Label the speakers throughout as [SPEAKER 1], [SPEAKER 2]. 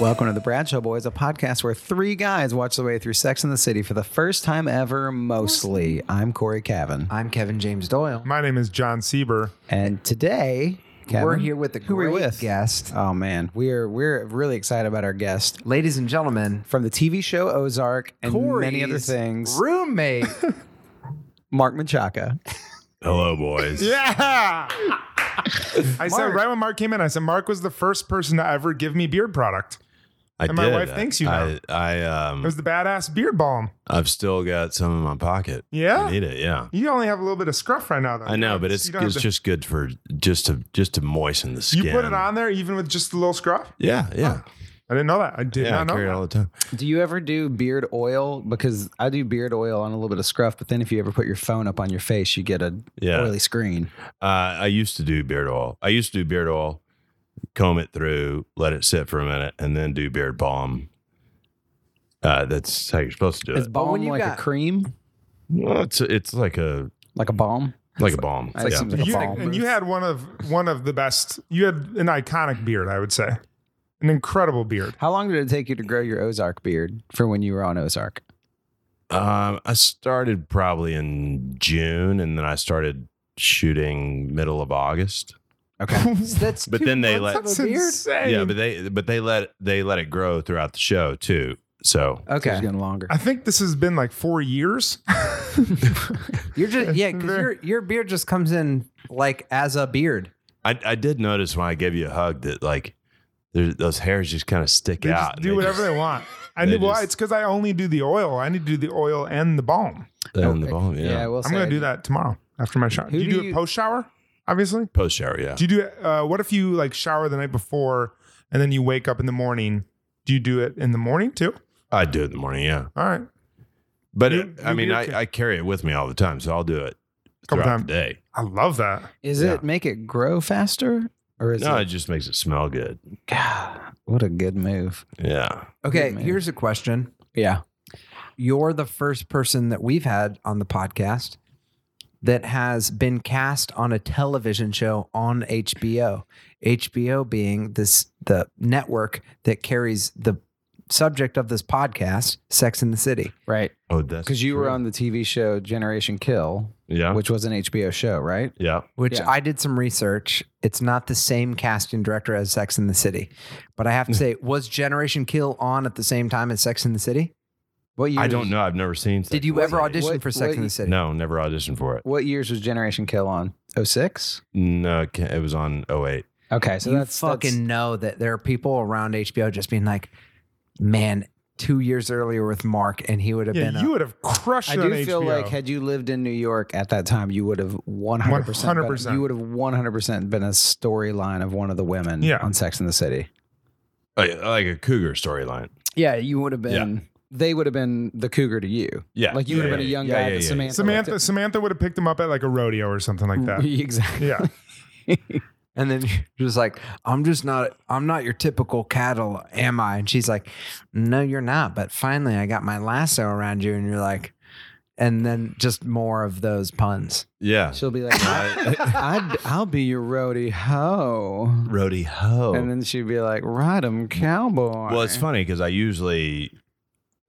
[SPEAKER 1] Welcome to the Bradshaw Boys, a podcast where three guys watch their way through Sex in the City for the first time ever, mostly. I'm Corey Cavan.
[SPEAKER 2] I'm Kevin James Doyle,
[SPEAKER 3] My name is John Sieber.
[SPEAKER 1] And today, Kevin,
[SPEAKER 2] We're here with a
[SPEAKER 1] who are we
[SPEAKER 2] great
[SPEAKER 1] with?
[SPEAKER 2] guest.
[SPEAKER 1] Oh man, we're we're really excited about our guest
[SPEAKER 2] ladies and gentlemen.
[SPEAKER 1] from the TV show Ozark and many other
[SPEAKER 2] Corey's
[SPEAKER 1] things.
[SPEAKER 2] Roommate.
[SPEAKER 1] Mark Machaca.
[SPEAKER 4] Hello, boys.
[SPEAKER 3] Yeah. I said right when Mark came in, I said Mark was the first person to ever give me beard product.
[SPEAKER 5] I
[SPEAKER 3] And my wife thanks you now.
[SPEAKER 5] I, I
[SPEAKER 3] It
[SPEAKER 5] um,
[SPEAKER 3] was the badass beard balm.
[SPEAKER 5] I've still got some in my pocket.
[SPEAKER 3] Yeah?
[SPEAKER 5] I need it. Yeah,
[SPEAKER 3] You only have a little bit of scruff right now, though.
[SPEAKER 5] I know, but
[SPEAKER 3] You
[SPEAKER 5] it's
[SPEAKER 3] don't have
[SPEAKER 5] it's
[SPEAKER 3] to-
[SPEAKER 5] just good for just to just to moisten the
[SPEAKER 3] you
[SPEAKER 5] skin.
[SPEAKER 3] put it on there even with just a little scruff.
[SPEAKER 5] Yeah, yeah,
[SPEAKER 3] I didn't know that. I did
[SPEAKER 5] yeah. I
[SPEAKER 3] not
[SPEAKER 5] carry it
[SPEAKER 3] know.
[SPEAKER 5] all
[SPEAKER 3] That.
[SPEAKER 5] the time.
[SPEAKER 1] Do you ever do beard oil? Because I do beard oil on a little bit of scruff, but then if you ever put your phone up on your face, you get a
[SPEAKER 5] Yeah.
[SPEAKER 1] oily screen.
[SPEAKER 5] Uh, I used to do beard oil. I used to do beard oil, comb it through, let it sit for a minute, and then do beard balm. Uh, that's how you're supposed to do
[SPEAKER 1] Is
[SPEAKER 5] it.
[SPEAKER 1] balm
[SPEAKER 2] when you
[SPEAKER 1] like
[SPEAKER 2] got-
[SPEAKER 1] a cream?
[SPEAKER 5] Well, it's it's like a
[SPEAKER 1] Like a balm?
[SPEAKER 5] like a balm.
[SPEAKER 1] It's like
[SPEAKER 5] yeah.
[SPEAKER 1] some- the
[SPEAKER 3] You-
[SPEAKER 1] balm.
[SPEAKER 3] and you had one of one of the best. You had an iconic beard, I would say, an incredible beard.
[SPEAKER 1] How long did it take you to grow your Ozark beard for when you were on Ozark?
[SPEAKER 5] Um, I started probably in June, and then I started shooting middle of August.
[SPEAKER 1] Okay.
[SPEAKER 2] That's
[SPEAKER 5] But
[SPEAKER 2] two
[SPEAKER 5] then they
[SPEAKER 2] months
[SPEAKER 5] let-
[SPEAKER 2] of
[SPEAKER 3] That's
[SPEAKER 2] a beard.
[SPEAKER 3] insane.
[SPEAKER 5] Yeah, but they but they let they let it grow throughout the show too. So
[SPEAKER 1] Okay.
[SPEAKER 2] Okay,
[SPEAKER 1] getting longer.
[SPEAKER 3] I think this has been like four years.
[SPEAKER 2] you're just yeah, because
[SPEAKER 3] Very-
[SPEAKER 2] your your beard just comes in like as a beard.
[SPEAKER 5] I I did notice when I gave you a hug that like there, those hairs just kind of stick
[SPEAKER 3] They
[SPEAKER 5] out.
[SPEAKER 3] just do whatever they want. I
[SPEAKER 5] they
[SPEAKER 3] knew well,
[SPEAKER 5] just-
[SPEAKER 3] it's because I only do the oil. I need to do the oil and the balm.
[SPEAKER 5] they on the bottom. Yeah,
[SPEAKER 1] we'll
[SPEAKER 3] I'm
[SPEAKER 1] say
[SPEAKER 3] gonna
[SPEAKER 1] I
[SPEAKER 3] do that tomorrow after my shower.
[SPEAKER 1] Who
[SPEAKER 3] do you
[SPEAKER 1] do
[SPEAKER 3] do,
[SPEAKER 1] you-
[SPEAKER 3] it post shower? Obviously.
[SPEAKER 5] post shower. Yeah,
[SPEAKER 3] Do you do it? Uh, what if you like shower the night before and then you wake up in the morning? Do you do it in the morning too?
[SPEAKER 5] I do it in the morning. Yeah,
[SPEAKER 3] All right.
[SPEAKER 5] but
[SPEAKER 3] You-
[SPEAKER 5] it- I
[SPEAKER 3] you
[SPEAKER 5] mean
[SPEAKER 3] do
[SPEAKER 5] I,
[SPEAKER 3] it-
[SPEAKER 5] I carry it with me all the time, so I'll do it
[SPEAKER 3] Couple
[SPEAKER 5] throughout
[SPEAKER 3] times.
[SPEAKER 5] the day.
[SPEAKER 3] I love that.
[SPEAKER 1] Is
[SPEAKER 5] Yeah.
[SPEAKER 1] it make it grow faster or is
[SPEAKER 5] No, it
[SPEAKER 1] it?
[SPEAKER 5] just makes it smell good.
[SPEAKER 1] God, what a good move.
[SPEAKER 5] Yeah,
[SPEAKER 2] Okay,
[SPEAKER 1] Good man.
[SPEAKER 2] here's a question.
[SPEAKER 1] Yeah.
[SPEAKER 2] You're the first person that we've had on the podcast that has been cast on a television show on HBO. HBO being this the network that carries the subject of this podcast, Sex in the City.
[SPEAKER 1] Right.
[SPEAKER 5] oh that's
[SPEAKER 1] Because you were
[SPEAKER 5] true.
[SPEAKER 1] on the TV show Generation Kill,
[SPEAKER 5] yeah
[SPEAKER 1] which was an HBO show, right?
[SPEAKER 5] yeah
[SPEAKER 2] which
[SPEAKER 1] Yeah.
[SPEAKER 2] I did some research. It's not the same casting director as Sex in the City, but I have
[SPEAKER 6] Mm.
[SPEAKER 2] to say, was Generation Kill on at the same time as Sex in the City?
[SPEAKER 1] What year
[SPEAKER 5] I don't know. I've never seen.
[SPEAKER 2] Did
[SPEAKER 5] Sex
[SPEAKER 2] you
[SPEAKER 5] and the
[SPEAKER 2] ever
[SPEAKER 5] City.
[SPEAKER 2] audition
[SPEAKER 1] What-
[SPEAKER 2] for Sex
[SPEAKER 1] what
[SPEAKER 2] in
[SPEAKER 1] you-
[SPEAKER 2] the City?
[SPEAKER 5] No, never auditioned for it.
[SPEAKER 1] What years was Generation Kill on? 06?
[SPEAKER 5] No, it was on 08.
[SPEAKER 1] Okay. So
[SPEAKER 2] you
[SPEAKER 1] that's
[SPEAKER 2] fucking
[SPEAKER 1] That's,
[SPEAKER 2] know that there are people around HBO just being like, man, two years earlier with Mark, and he would have
[SPEAKER 3] Yeah,
[SPEAKER 2] been.
[SPEAKER 3] you
[SPEAKER 2] a,
[SPEAKER 3] would have crushed
[SPEAKER 1] I
[SPEAKER 3] it on
[SPEAKER 1] do feel
[SPEAKER 3] HBO.
[SPEAKER 1] like had you lived in New York at that time, you would have 100%. been-
[SPEAKER 3] 100%.
[SPEAKER 1] you would have 100% been a storyline of one of the women
[SPEAKER 3] Yeah.
[SPEAKER 1] on Sex in the City.
[SPEAKER 2] Oh,
[SPEAKER 5] Like, like a cougar storyline.
[SPEAKER 1] Yeah, you would have
[SPEAKER 5] Yeah.
[SPEAKER 1] been. They would have been the cougar to you.
[SPEAKER 5] Yeah.
[SPEAKER 1] like you would
[SPEAKER 5] Yeah,
[SPEAKER 1] have been a
[SPEAKER 5] yeah,
[SPEAKER 1] young
[SPEAKER 5] yeah,
[SPEAKER 1] guy.
[SPEAKER 5] yeah,
[SPEAKER 1] that
[SPEAKER 5] yeah, yeah.
[SPEAKER 1] Samantha.
[SPEAKER 3] Samantha Samantha would have picked him up at like a rodeo or something like that.
[SPEAKER 1] exactly.
[SPEAKER 3] Yeah.
[SPEAKER 2] and then you're just like, I'm just not, I'm not your typical cattle, am I? And she's like, No, you're not. But finally, I got my lasso around you, and you're like,
[SPEAKER 6] and then just more of those puns.
[SPEAKER 2] Yeah.
[SPEAKER 1] She'll be like, I'd, I'll be your roadie ho.
[SPEAKER 2] Roadie ho.
[SPEAKER 1] And then she'd be like, ride 'em cowboy.
[SPEAKER 2] Well, it's funny because I usually,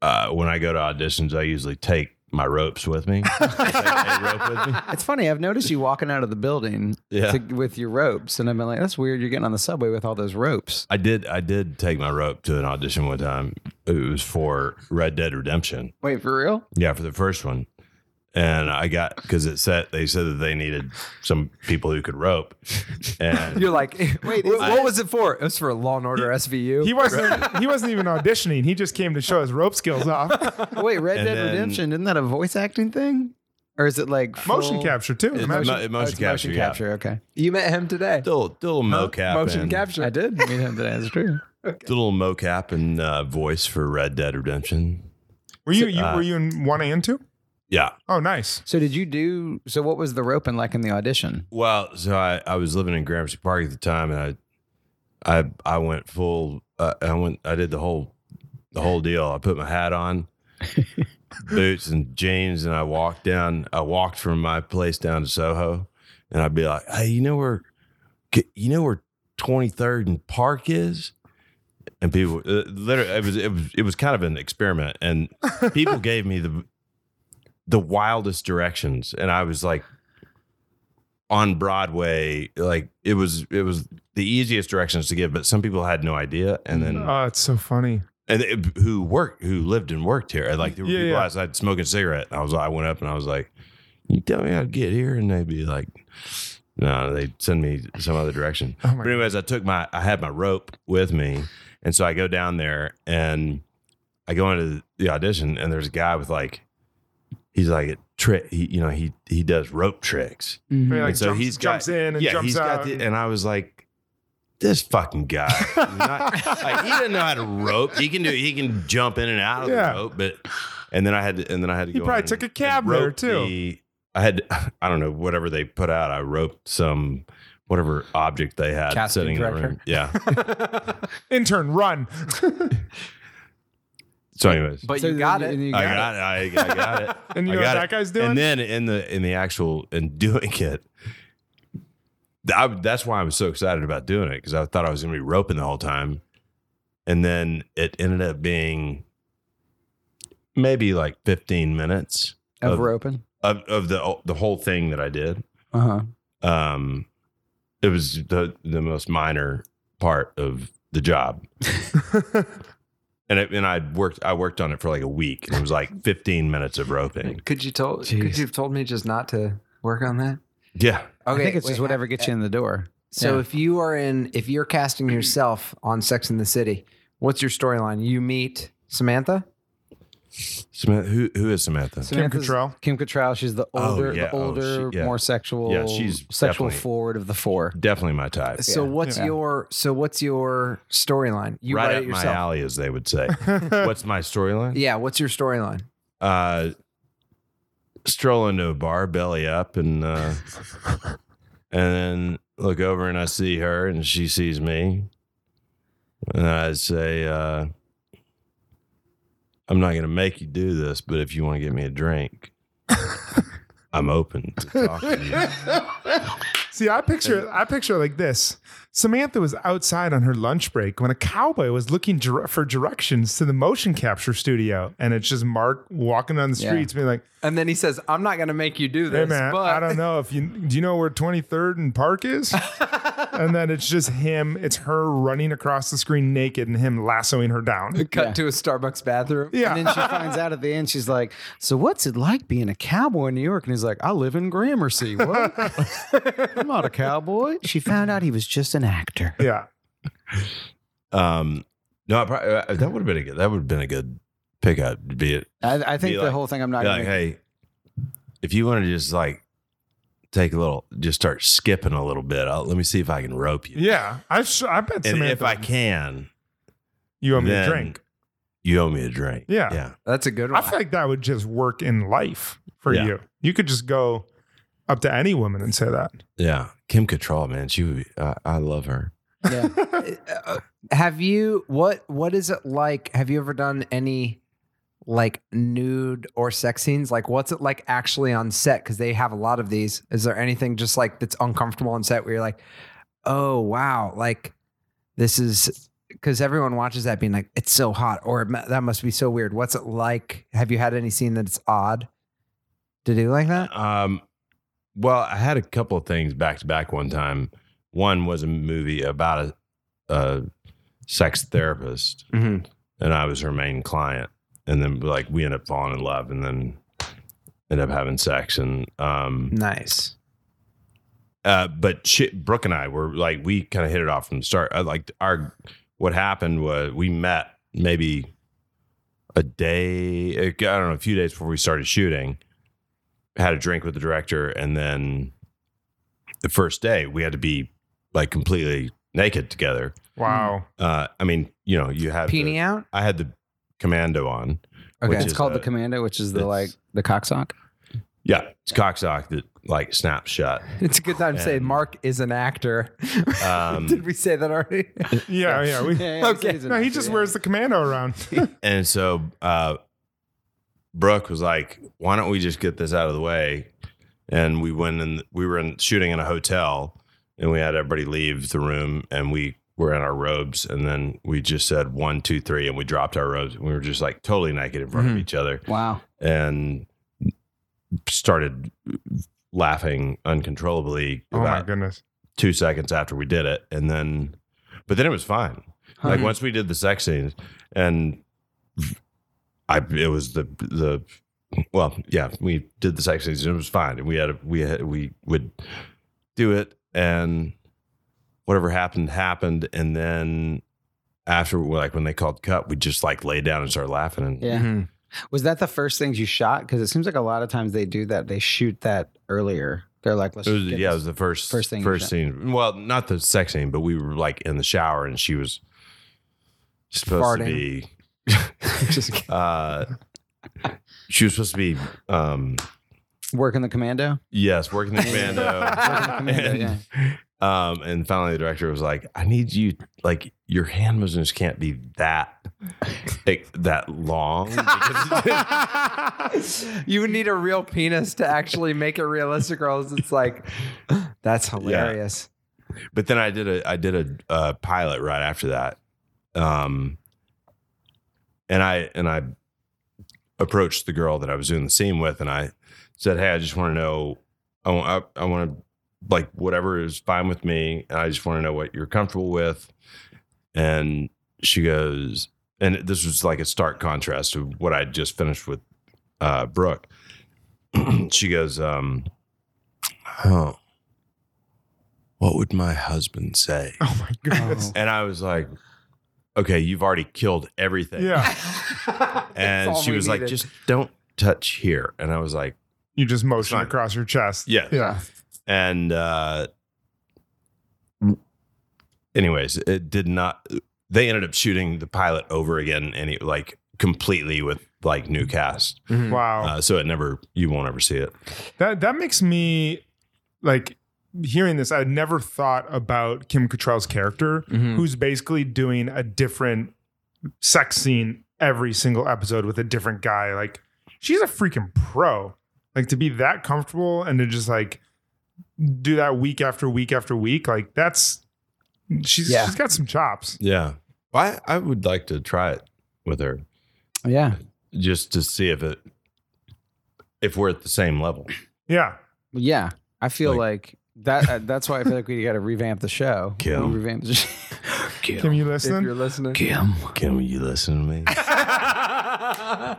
[SPEAKER 2] uh, when I go to auditions, I usually take my ropes with me. Take a rope with me.
[SPEAKER 1] It's funny. I've noticed you walking out of the building
[SPEAKER 2] Yeah.
[SPEAKER 1] to- with your ropes, and I've been like, "That's weird. You're getting on the subway with all those ropes."
[SPEAKER 2] I did. I did take my rope to an audition one time. It was for Red Dead Redemption.
[SPEAKER 1] Wait, for real?
[SPEAKER 2] Yeah, for the first one, and I got because it said they said that they needed some people who could rope, and
[SPEAKER 6] You're like, wait,
[SPEAKER 1] is-
[SPEAKER 6] what, what was it for? It was for Law and Order SVU.
[SPEAKER 3] He wasn't. he wasn't even auditioning. He just came to show his rope skills off.
[SPEAKER 1] Wait, Red
[SPEAKER 2] And
[SPEAKER 1] Dead
[SPEAKER 2] then-
[SPEAKER 1] Redemption isn't that a voice acting thing, or is it like
[SPEAKER 3] Motion
[SPEAKER 1] full-
[SPEAKER 3] capture too.
[SPEAKER 2] It's
[SPEAKER 3] Imagine-
[SPEAKER 2] mo- motion
[SPEAKER 1] Oh, it's
[SPEAKER 2] capture.
[SPEAKER 1] Motion
[SPEAKER 2] yeah.
[SPEAKER 1] capture. Okay,
[SPEAKER 6] you met him today.
[SPEAKER 2] Little, little mocap.
[SPEAKER 6] Motion
[SPEAKER 2] and,
[SPEAKER 6] capture.
[SPEAKER 1] I did meet him today. It's true.
[SPEAKER 2] Little mocap and uh, voice for Red Dead Redemption.
[SPEAKER 3] were you, you
[SPEAKER 2] uh,
[SPEAKER 3] were you in one and two?
[SPEAKER 2] Yeah.
[SPEAKER 3] Oh, nice.
[SPEAKER 1] So did you do? So what was the roping like in the audition?
[SPEAKER 2] Well, so I, I was living in Gramercy Park at the time, and I I I went full. Uh, I went. I did the whole the whole deal. I put my hat on, boots and jeans, and I walked down. I walked from my place down to Soho, and I'd be like, "Hey, you know where, you know where Twenty Third and Park is." And people, uh, literally, it was it was it was kind of an experiment, and people gave me the the wildest directions, and I was like, on Broadway, like it was it was the easiest directions to give, but some people had no idea, and then
[SPEAKER 3] Oh, it's so funny.
[SPEAKER 2] and it, who worked who lived and worked here, like there were
[SPEAKER 3] Yeah,
[SPEAKER 2] people
[SPEAKER 3] yeah.
[SPEAKER 2] outside smoking a cigarette. And I was I went up and I was like, "You tell me how to get here," and they'd be like, "No," they would send me some other direction.
[SPEAKER 3] Oh my
[SPEAKER 2] But anyways, I took my I had my rope with me, and so I go down there and I go into the audition, and there's a guy with like, he's like a trick, he, you know, he he does rope tricks.
[SPEAKER 6] Mm-hmm.
[SPEAKER 3] I mean, like,
[SPEAKER 2] And so
[SPEAKER 3] jumps,
[SPEAKER 2] he's got-
[SPEAKER 3] jumps in and
[SPEAKER 2] yeah,
[SPEAKER 3] jumps
[SPEAKER 2] he's
[SPEAKER 3] out.
[SPEAKER 2] got the, and I was like, this fucking guy, is not, like, he doesn't know how to rope. He can do, he can jump in and out of
[SPEAKER 3] Yeah.
[SPEAKER 2] the rope, but and then I had to, and then I had to.
[SPEAKER 3] He
[SPEAKER 2] go
[SPEAKER 3] probably
[SPEAKER 2] in
[SPEAKER 3] took a
[SPEAKER 2] and
[SPEAKER 3] cab there,
[SPEAKER 2] rope
[SPEAKER 3] too.
[SPEAKER 2] the- I had, I don't know, whatever they put out. I roped some whatever object they had
[SPEAKER 6] Casting
[SPEAKER 2] sitting in the
[SPEAKER 6] director.
[SPEAKER 2] room. Yeah.
[SPEAKER 3] Intern, run.
[SPEAKER 2] So, anyways,
[SPEAKER 6] But
[SPEAKER 1] So
[SPEAKER 6] you
[SPEAKER 1] then
[SPEAKER 6] got
[SPEAKER 1] and
[SPEAKER 6] it.
[SPEAKER 1] You
[SPEAKER 2] I
[SPEAKER 1] got it.
[SPEAKER 2] got it. I, I got it.
[SPEAKER 3] And you
[SPEAKER 2] I
[SPEAKER 3] know what
[SPEAKER 2] got
[SPEAKER 3] that
[SPEAKER 2] it.
[SPEAKER 3] guy's doing?
[SPEAKER 2] And then in the in the actual in doing it, th- I, that's why I was so excited about doing it because I thought I was going to be roping the whole time, and then it ended up being maybe like 15 minutes
[SPEAKER 1] of,
[SPEAKER 2] of-
[SPEAKER 1] roping.
[SPEAKER 2] of of the the whole thing that I did.
[SPEAKER 1] Uh huh.
[SPEAKER 2] Um, it was the the most minor part of the job. And, it, and I worked. I worked on it for like a week. and It was like 15 minutes of roping.
[SPEAKER 6] Could you told?
[SPEAKER 1] Jeez.
[SPEAKER 6] Could you have told me just not to work on that?
[SPEAKER 2] Yeah,
[SPEAKER 1] I think it's just
[SPEAKER 6] wait,
[SPEAKER 1] whatever gets you in the door.
[SPEAKER 6] So
[SPEAKER 1] Yeah.
[SPEAKER 6] if you are in, if you're casting yourself on Sex in the City, what's your storyline? You meet Samantha.
[SPEAKER 2] Samantha, who who is Samantha?
[SPEAKER 3] Kim
[SPEAKER 1] Samantha's-
[SPEAKER 3] Cattrall.
[SPEAKER 1] Kim Cattrall. She's the
[SPEAKER 2] Oh,
[SPEAKER 1] older,
[SPEAKER 2] yeah.
[SPEAKER 1] the
[SPEAKER 2] Oh,
[SPEAKER 1] older,
[SPEAKER 2] she- yeah.
[SPEAKER 1] more sexual,
[SPEAKER 2] Yeah, she's
[SPEAKER 1] sexual
[SPEAKER 2] definitely-
[SPEAKER 1] forward of the four.
[SPEAKER 2] Definitely my type.
[SPEAKER 6] So
[SPEAKER 1] Yeah.
[SPEAKER 6] what's
[SPEAKER 3] Yeah.
[SPEAKER 6] your so what's your storyline? You
[SPEAKER 2] right
[SPEAKER 6] write
[SPEAKER 2] up
[SPEAKER 6] it
[SPEAKER 2] my
[SPEAKER 6] yourself.
[SPEAKER 2] alley, as they would say. What's my storyline?
[SPEAKER 6] Yeah, what's your storyline?
[SPEAKER 2] Uh, stroll into a bar, belly up, and uh, and then look over and I see her, and she sees me, and I say, uh, "I'm not gonna make you do this, but if you want to get me a drink, I'm open to talk to you."
[SPEAKER 3] See, I picture I picture it like this. Samantha was outside on her lunch break when a cowboy was looking dir- for directions to the motion capture studio, and it's just Mark walking on the
[SPEAKER 1] Yeah.
[SPEAKER 3] streets, being like,
[SPEAKER 6] And then he says, "I'm not going to make you do
[SPEAKER 3] "Hey
[SPEAKER 6] this,
[SPEAKER 3] man,
[SPEAKER 6] but
[SPEAKER 3] I don't know if you do you know where Twenty Third and Park is." and then it's just him, it's her running across the screen naked, and him lassoing her down.
[SPEAKER 6] Cut to a Starbucks bathroom.
[SPEAKER 3] Yeah.
[SPEAKER 1] And then she finds out at the end, she's like, So what's it like being a cowboy in New York? And he's like, I live in Gramercy. What? I'm not a cowboy. She found out he was just an actor.
[SPEAKER 3] yeah,
[SPEAKER 2] Um, no, I probably, uh, that would have been a good. That would have been a good pickup. to Be it
[SPEAKER 1] I, I think
[SPEAKER 2] Be
[SPEAKER 1] the
[SPEAKER 2] like-
[SPEAKER 1] whole thing I'm not
[SPEAKER 2] Be
[SPEAKER 1] gonna
[SPEAKER 2] like, hey, if you want to just like take a little, just start skipping a little bit. I'll, let me see if I can rope you.
[SPEAKER 3] yeah. I sh- I bet
[SPEAKER 2] and
[SPEAKER 3] Samantha,
[SPEAKER 2] if I can,
[SPEAKER 3] you owe me a
[SPEAKER 2] then
[SPEAKER 3] drink.
[SPEAKER 2] You owe me a drink.
[SPEAKER 3] Yeah.
[SPEAKER 2] yeah.
[SPEAKER 6] That's a good
[SPEAKER 3] I
[SPEAKER 6] one.
[SPEAKER 3] feel like that would just work in life for
[SPEAKER 2] Yeah.
[SPEAKER 3] you. You could just go up to any woman and say that.
[SPEAKER 2] Yeah, Kim Cattrall, man, she would. Be, I, I love her.
[SPEAKER 6] Uh, have you what what is it like? Have you ever done any like nude or sex scenes? Like, what's it like actually on set? Because they have a lot of these. Is there anything just like that's uncomfortable on set where you're like, oh, wow, like this is because everyone watches that being like, it's so hot or "Ma- that must be so weird. What's it like? Have you had any scene that it's odd to do like that?
[SPEAKER 2] Um, well, I had a couple of things back to back one time. One was a movie about a, a sex therapist,
[SPEAKER 6] Mhm.
[SPEAKER 2] and I was her main client. And then, like, we ended up falling in love, and then ended up having sex. And um,
[SPEAKER 6] Nice.
[SPEAKER 2] uh, but she, Brooke and I were like, we kind of hit it off from the start. I, like our, what happened was we met maybe a day, I don't know, a few days before we started shooting, had a drink with the director. And then the first day we had to be like completely naked together.
[SPEAKER 3] Wow.
[SPEAKER 2] Uh, I mean, you know, you have,
[SPEAKER 6] Peenie
[SPEAKER 2] the,
[SPEAKER 6] out?
[SPEAKER 2] I had the commando on.
[SPEAKER 6] Okay.
[SPEAKER 2] which
[SPEAKER 6] It's
[SPEAKER 1] It's
[SPEAKER 2] is
[SPEAKER 1] called
[SPEAKER 2] a-
[SPEAKER 1] the commando, which is the
[SPEAKER 2] it's-
[SPEAKER 1] like the cocksock.
[SPEAKER 2] Yeah. It's cocksock that like snaps shut.
[SPEAKER 6] It's a good time to say
[SPEAKER 2] And-
[SPEAKER 6] Mark is an actor.
[SPEAKER 2] Um,
[SPEAKER 6] Did we say that already?
[SPEAKER 3] Yeah, yeah. We,
[SPEAKER 6] Okay.
[SPEAKER 3] no, he just wears the commando around.
[SPEAKER 2] And so uh, Brooke was like, "Why don't we just get this out of the way?" And we went and we were in, shooting in a hotel, and we had everybody leave the room, and we were in our robes, and then we just said one, two, three, and we dropped our robes, and we were just like totally naked in front
[SPEAKER 6] Mhm.
[SPEAKER 2] of each other,
[SPEAKER 1] Wow.
[SPEAKER 2] and started laughing uncontrollably
[SPEAKER 3] Oh my
[SPEAKER 2] about
[SPEAKER 3] goodness.
[SPEAKER 2] two seconds after we did it, and then, but then it was fine. Like once we did the sex scenes, and I it was the the well yeah we did the sex scenes and it was fine and we had a, we had, we would do it and whatever happened happened and then after like when they called cut we just like lay down and started laughing and
[SPEAKER 1] Yeah. Was that the first things you shot? Because it seems like a lot of times they do that. They shoot that earlier. They're like, let's
[SPEAKER 2] it was,
[SPEAKER 1] get
[SPEAKER 2] yeah it
[SPEAKER 1] this-
[SPEAKER 2] was the first first
[SPEAKER 1] first thing
[SPEAKER 2] thing
[SPEAKER 1] you
[SPEAKER 2] first
[SPEAKER 1] shot.
[SPEAKER 2] scene well not the sex scene but we were like in the shower and she was supposed
[SPEAKER 6] Farting.
[SPEAKER 2] to be uh she was supposed to be um
[SPEAKER 1] working the commando.
[SPEAKER 2] yes working the commando
[SPEAKER 1] Working the commando, yeah.
[SPEAKER 2] and, um, and finally the director was like i need you like your hand motions can't be that like, that long
[SPEAKER 6] you would need a real penis to actually make it realistic, or else it's like, that's hilarious.
[SPEAKER 2] but then i did a i did a, uh pilot right after that um and i and i approached the girl that i was doing the scene with and i said hey i just want to know i want i, I want to like whatever is fine with me and i just want to know what you're comfortable with and she goes and this was like a stark contrast to what i just finished with uh brooke she goes um oh what would my husband say
[SPEAKER 3] Oh my goodness.
[SPEAKER 2] and I was like, okay, you've already killed everything.
[SPEAKER 3] Yeah.
[SPEAKER 2] And she was like, just don't touch here. And I was like,
[SPEAKER 3] You just motion
[SPEAKER 2] Fine.
[SPEAKER 3] across your chest.
[SPEAKER 2] Yeah.
[SPEAKER 3] Yeah.
[SPEAKER 2] and uh, anyways, it did not. They ended up shooting the pilot over again, and it like completely with like new cast.
[SPEAKER 3] Wow.
[SPEAKER 2] Uh, so it never, you won't ever see it.
[SPEAKER 3] That that makes me like hearing this. I never thought about Kim Cattrall's character, who's basically doing a different sex scene every single episode with a different guy. Like she's a freaking pro. Like to be that comfortable and to just like do that week after week after week. Like that's she's
[SPEAKER 6] Yeah.
[SPEAKER 3] she's got some chops.
[SPEAKER 2] Yeah. I, I would like to try it with her
[SPEAKER 1] yeah.
[SPEAKER 2] just to see if it, if we're at the same level.
[SPEAKER 3] Yeah.
[SPEAKER 1] Yeah, I feel like,
[SPEAKER 2] Like-
[SPEAKER 1] that. Uh, that's why I feel like we got to revamp the show.
[SPEAKER 2] Kill.
[SPEAKER 1] We revamp the show.
[SPEAKER 3] Kim, you
[SPEAKER 6] if
[SPEAKER 3] listening?
[SPEAKER 6] you're listening,
[SPEAKER 1] Kim.
[SPEAKER 2] Kim, will you listen to me?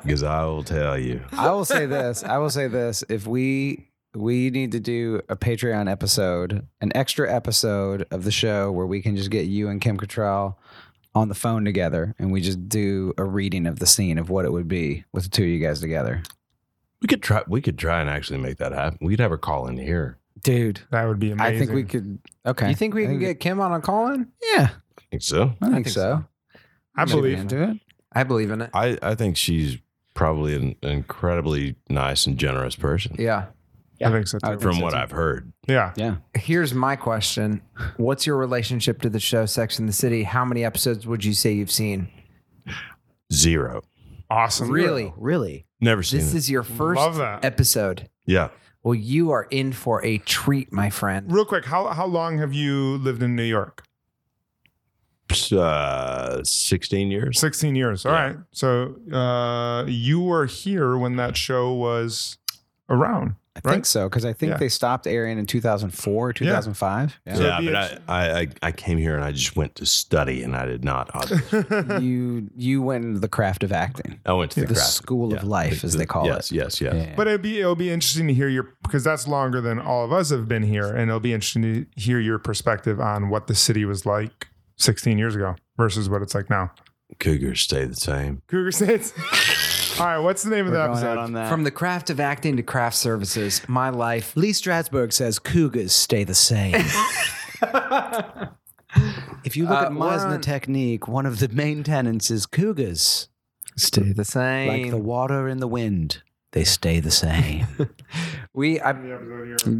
[SPEAKER 2] Because I will tell you.
[SPEAKER 1] I will say this. I will say this. If we we need to do a Patreon episode, an extra episode of the show where we can just get you and Kim Cattrall on the phone together, and we just do a reading of the scene of what it would be with the two of you guys together,
[SPEAKER 2] We could try. We could try and actually make that happen. We could have her call in here.
[SPEAKER 1] dude.
[SPEAKER 3] That would be amazing.
[SPEAKER 1] I think we could. Okay.
[SPEAKER 6] you think we
[SPEAKER 1] I
[SPEAKER 6] can get Kim on a call in?
[SPEAKER 1] Yeah,
[SPEAKER 2] I think so.
[SPEAKER 1] I think, so.
[SPEAKER 3] I
[SPEAKER 1] Should we
[SPEAKER 3] believe.
[SPEAKER 1] do it.
[SPEAKER 6] I believe in it.
[SPEAKER 2] I I think she's probably an incredibly nice and generous person,
[SPEAKER 6] Yeah.
[SPEAKER 3] I think so too.
[SPEAKER 1] I would think
[SPEAKER 2] from
[SPEAKER 1] so,
[SPEAKER 2] what
[SPEAKER 1] too.
[SPEAKER 2] I've heard.
[SPEAKER 3] yeah.
[SPEAKER 6] Here's my question: What's your relationship to the show Sex in the City? How many episodes would you say you've seen?
[SPEAKER 2] Zero.
[SPEAKER 3] Awesome.
[SPEAKER 6] Really, really.
[SPEAKER 2] Never seen
[SPEAKER 6] This
[SPEAKER 2] it.
[SPEAKER 6] is your first
[SPEAKER 3] Love that.
[SPEAKER 6] episode.
[SPEAKER 2] yeah.
[SPEAKER 6] Well, you are in for a treat, my friend.
[SPEAKER 3] Real quick, how how long have you lived in New York?
[SPEAKER 2] Psh, Uh, 16 years.
[SPEAKER 3] Sixteen years. All
[SPEAKER 2] Yeah.
[SPEAKER 3] right. So uh, you were here when that show was around.
[SPEAKER 1] I
[SPEAKER 3] Right?
[SPEAKER 1] think so because I think
[SPEAKER 3] Yeah.
[SPEAKER 1] they stopped airing in 2004, 2005.
[SPEAKER 3] So
[SPEAKER 2] Yeah,
[SPEAKER 3] be
[SPEAKER 2] but I,
[SPEAKER 3] it-
[SPEAKER 2] I, I, I came here and I just went to study and I did not. audition.
[SPEAKER 1] you you went into the craft of acting,
[SPEAKER 2] I went to
[SPEAKER 1] the,
[SPEAKER 2] the, craft.
[SPEAKER 1] school of
[SPEAKER 2] Yeah.
[SPEAKER 1] life, as they call
[SPEAKER 2] yes,
[SPEAKER 1] it.
[SPEAKER 2] Yes, yes,
[SPEAKER 1] Yeah.
[SPEAKER 3] But it'd be it'll be interesting to hear your because that's longer than all of us have been here, and it'll be interesting to hear your perspective on what the city was like 16 years ago versus what it's like now.
[SPEAKER 2] Cougars stay the same.
[SPEAKER 3] Cougar States. all right, what's the name
[SPEAKER 1] We're
[SPEAKER 3] of the
[SPEAKER 1] going out on
[SPEAKER 3] episode?
[SPEAKER 1] that.
[SPEAKER 6] From the craft of acting to craft services, my life.
[SPEAKER 1] Lee Strasberg says cougars stay the same. if you look
[SPEAKER 6] Uh,
[SPEAKER 1] at
[SPEAKER 6] we're
[SPEAKER 1] Meisner
[SPEAKER 6] on-
[SPEAKER 1] technique, one of the main tenets is cougars
[SPEAKER 6] Stay the same.
[SPEAKER 1] like the water in the wind. They stay the same.
[SPEAKER 6] we, I,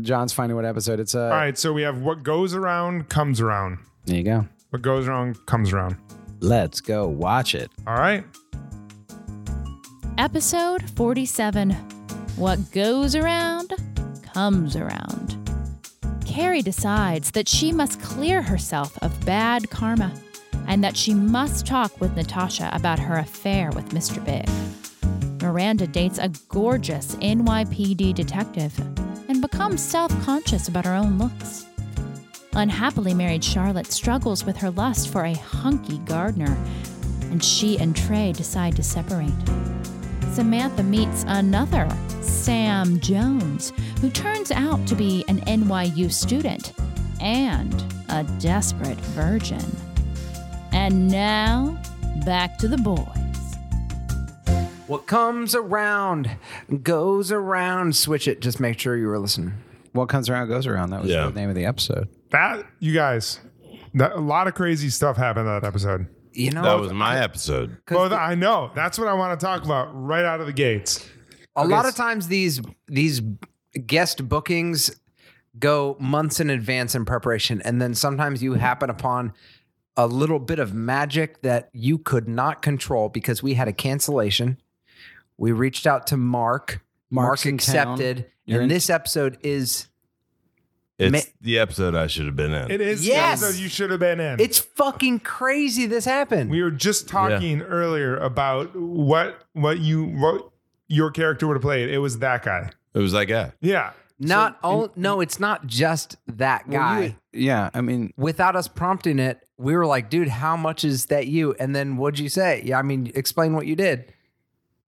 [SPEAKER 1] John's finding what episode it's. Uh,
[SPEAKER 3] All right, so we have what goes around comes around.
[SPEAKER 1] There you go.
[SPEAKER 3] What goes around comes around.
[SPEAKER 1] Let's go watch it.
[SPEAKER 3] All right.
[SPEAKER 7] Episode 47 What Goes Around Comes Around. Carrie decides that she must clear herself of bad karma and that she must talk with Natasha about her affair with Mr. Big. Miranda dates a gorgeous NYPD detective and becomes self conscious about her own looks. Unhappily married Charlotte struggles with her lust for a hunky gardener, and she and Trey decide to separate. Samantha meets another, Sam Jones, who turns out to be an NYU student and a desperate virgin. And now, back to the boys.
[SPEAKER 6] what comes around goes around. Switch it. Just make sure you were listening.
[SPEAKER 1] What comes around goes around. That was
[SPEAKER 2] Yeah.
[SPEAKER 1] the name of the episode.
[SPEAKER 3] That you guys, that, a lot of crazy stuff happened in that episode.
[SPEAKER 6] You know,
[SPEAKER 2] That was my episode.
[SPEAKER 3] Well, I know. That's what I want to talk about right out of the gates.
[SPEAKER 6] a lot of times these these guest bookings go months in advance in preparation and then sometimes you happen upon a little bit of magic that you could not control because we had a cancellation we reached out to mark
[SPEAKER 1] Mark's
[SPEAKER 6] mark
[SPEAKER 1] in town.
[SPEAKER 6] accepted
[SPEAKER 1] You're
[SPEAKER 6] and
[SPEAKER 1] in-
[SPEAKER 6] this episode is
[SPEAKER 2] It's
[SPEAKER 6] Ma-
[SPEAKER 2] the episode I should have been in.
[SPEAKER 3] It is the
[SPEAKER 6] Yes.
[SPEAKER 3] episode you should have been in.
[SPEAKER 6] it's fucking crazy this
[SPEAKER 1] Mm.
[SPEAKER 6] happened
[SPEAKER 3] we were just talking earlier about what what you what your character would have played. It was that guy.
[SPEAKER 2] It was that guy.
[SPEAKER 3] Yeah.
[SPEAKER 6] not all no it's not just that guy
[SPEAKER 1] Well, you- yeah, I mean,
[SPEAKER 6] without us prompting it, we were like, dude, how much is that you? And then what'd you say? Yeah, I mean, explain what you did.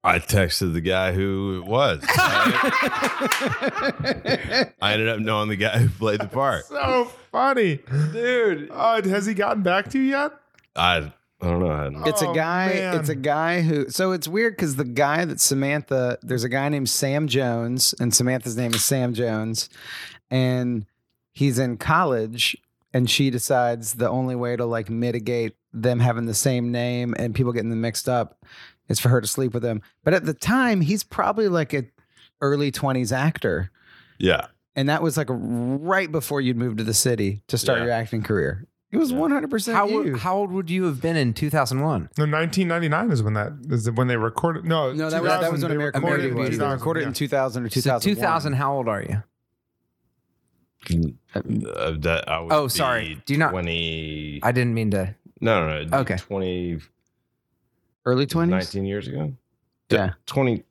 [SPEAKER 2] I texted the guy who it was. I, I ended up knowing the guy who played the part.
[SPEAKER 3] So funny, dude. Uh, has he gotten back to you yet?
[SPEAKER 2] I I don't know. I hadn't-
[SPEAKER 1] it's
[SPEAKER 3] Oh,
[SPEAKER 1] a guy.
[SPEAKER 3] man.
[SPEAKER 1] It's a guy who. So it's weird because the guy that Samantha, there's a guy named Sam Jones, and Samantha's name is Sam Jones, and he's in college, and she decides the only way to like mitigate them having the same name and people getting them mixed up is for her to sleep with him. But at the time, he's probably like a early twenties actor.
[SPEAKER 2] Yeah.
[SPEAKER 1] and that was like right before you'd moved to the city to start
[SPEAKER 2] Yeah.
[SPEAKER 1] your acting career. It was one hundred
[SPEAKER 6] How,
[SPEAKER 1] percent
[SPEAKER 6] wo-
[SPEAKER 1] you.
[SPEAKER 6] how old would you have been in 2001?
[SPEAKER 3] No, 1999 is when that is when they recorded. No,
[SPEAKER 1] no, that was, that was
[SPEAKER 3] 2000,
[SPEAKER 1] when
[SPEAKER 3] they
[SPEAKER 1] American
[SPEAKER 3] recorded
[SPEAKER 1] Beauty
[SPEAKER 3] in
[SPEAKER 1] was. They
[SPEAKER 3] 2000,
[SPEAKER 1] recorded in
[SPEAKER 3] yeah.
[SPEAKER 1] two thousand or two
[SPEAKER 6] So
[SPEAKER 1] thousand.
[SPEAKER 6] 2000, how old are you?
[SPEAKER 2] Uh, that I would
[SPEAKER 6] Oh,
[SPEAKER 2] be
[SPEAKER 6] sorry. Do you not-
[SPEAKER 2] 20.
[SPEAKER 6] I didn't mean to.
[SPEAKER 2] no, no, no.
[SPEAKER 6] Okay.
[SPEAKER 2] 20,
[SPEAKER 1] early twenties.
[SPEAKER 2] 19 years ago? D-
[SPEAKER 1] Yeah.
[SPEAKER 2] 20.